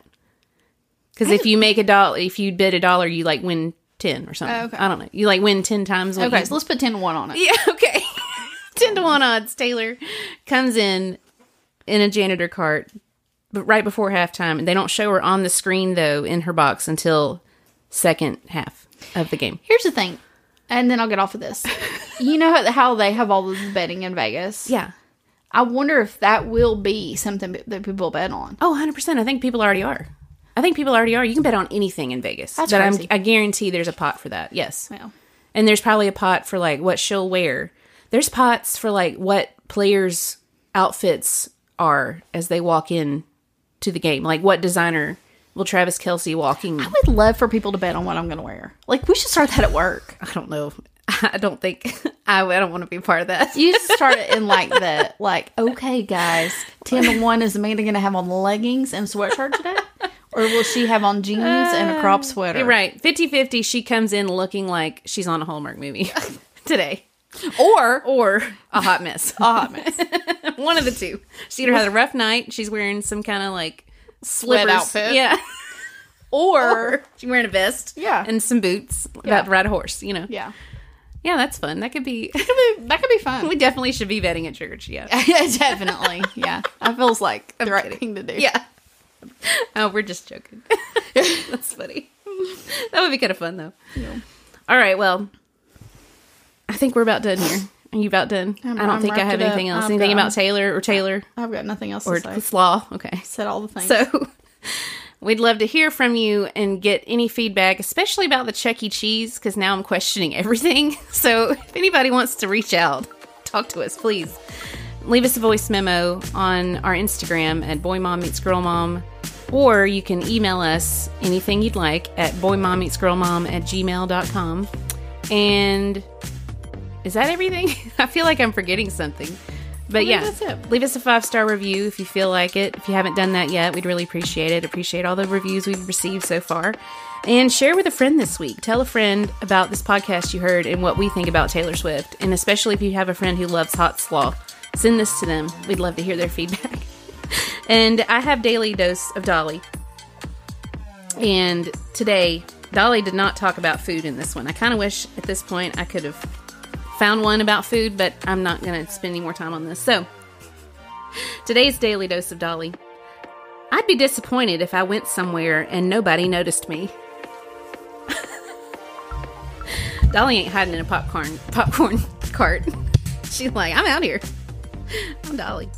Speaker 2: Because if you make a dollar, if you bid a dollar, you like win ten or something.
Speaker 1: Oh, okay.
Speaker 2: I don't know. You like win ten times. What
Speaker 1: okay,
Speaker 2: you-
Speaker 1: so let's put ten to one on it.
Speaker 2: <laughs> yeah. Okay. ten to one odds. Taylor comes in in a janitor cart, but right before halftime, they don't show her on the screen though in her box until second half of the game.
Speaker 1: Here's the thing, and then I'll get off of <laughs> this. you know how, how they have all this betting in Vegas?
Speaker 2: Yeah.
Speaker 1: I wonder if that will be something that people bet on.
Speaker 2: Oh, 100%. I think people already are. I think people already are. You can bet on anything in Vegas.
Speaker 1: That's
Speaker 2: but
Speaker 1: crazy.
Speaker 2: I'm, I guarantee there's a pot for that. Yes.
Speaker 1: Well,
Speaker 2: And there's probably a pot for like what she'll wear. There's pots for like what players' outfits are as they walk in to the game. Like what designer will Travis Kelsey walking?
Speaker 1: I would love for people to bet on what I'm going to wear. Like, we should start that at work.
Speaker 2: I don't know. <laughs> I don't think <laughs> I, I don't want to be part of that.
Speaker 1: You should start it in like
Speaker 2: <laughs>
Speaker 1: the, like, okay, guys, 10 to 1 is Amanda going to have on leggings and sweatshirt today? Or will she have on jeans and
Speaker 2: Uh,
Speaker 1: a crop sweater?
Speaker 2: Right. 50 50, she comes in looking like she's on a Hallmark movie <laughs> today
Speaker 1: Or,
Speaker 2: or a hot mess. <laughs>
Speaker 1: a hot mess.
Speaker 2: One of the two. She either had a rough night. She's wearing some kind of like
Speaker 1: Sweat
Speaker 2: slippers.
Speaker 1: outfit.
Speaker 2: Yeah.
Speaker 1: <laughs> Or,
Speaker 2: <laughs> she's wearing a vest.
Speaker 1: Yeah.
Speaker 2: And some boots. About to ride a horse, you know.
Speaker 1: yeah.
Speaker 2: Yeah, that's fun. That could be. <laughs>
Speaker 1: That could be fun.
Speaker 2: we definitely should be vetting at church.
Speaker 1: <laughs>
Speaker 2: Yeah.
Speaker 1: Definitely. Yeah. That feels like the right thing to do.
Speaker 2: Yeah. Oh, we're
Speaker 1: <laughs>
Speaker 2: just joking. that's funny. That would be kind of fun, though.
Speaker 1: Yeah.
Speaker 2: All right. Well, I think we're about done here. Are you about done?
Speaker 1: I'm-
Speaker 2: I do not
Speaker 1: I'm
Speaker 2: think I
Speaker 1: wrapped
Speaker 2: have
Speaker 1: it up.
Speaker 2: anything else.
Speaker 1: I'm
Speaker 2: anything
Speaker 1: done.
Speaker 2: about Taylor or Taylor
Speaker 1: I've got nothing else
Speaker 2: or
Speaker 1: to say.
Speaker 2: Slaw? Okay.
Speaker 1: Said all the things.
Speaker 2: <laughs> So we'd love to hear from you and get any feedback, especially about the Chuck E. Cheese, because now I'm questioning everything. <laughs> So if anybody wants to reach out, talk to us, please. Leave us a voice memo on our Instagram at Boy Mom Meets Girl Mom, or you can email us anything you'd like at boymommeetsgirlmom at gmail.com. <laughs> And is that everything? I feel like I'm forgetting something. But
Speaker 1: Well,
Speaker 2: yeah,
Speaker 1: maybe that's it.
Speaker 2: leave us a five star review if you feel like it. If you haven't done that yet, we'd really appreciate it. Appreciate all the reviews we've received so far. And share with a friend this week. Tell a friend about this podcast you heard and what we think about Taylor Swift. And especially if you have a friend who loves Hot Sloth, send this to them. We'd love to hear their <laughs> feedback. and I have daily dose of Dolly. And today, Dolly did not talk about food in this one. I kind of wish at this point I could have found one about food, but I'm not going to spend any more time on this. So, today's daily dose of Dolly. I'd be disappointed if I went somewhere and nobody noticed me. <laughs> Dolly ain't <laughs> hiding in a popcorn popcorn cart. She's like, I'm out here. I'm Dolly.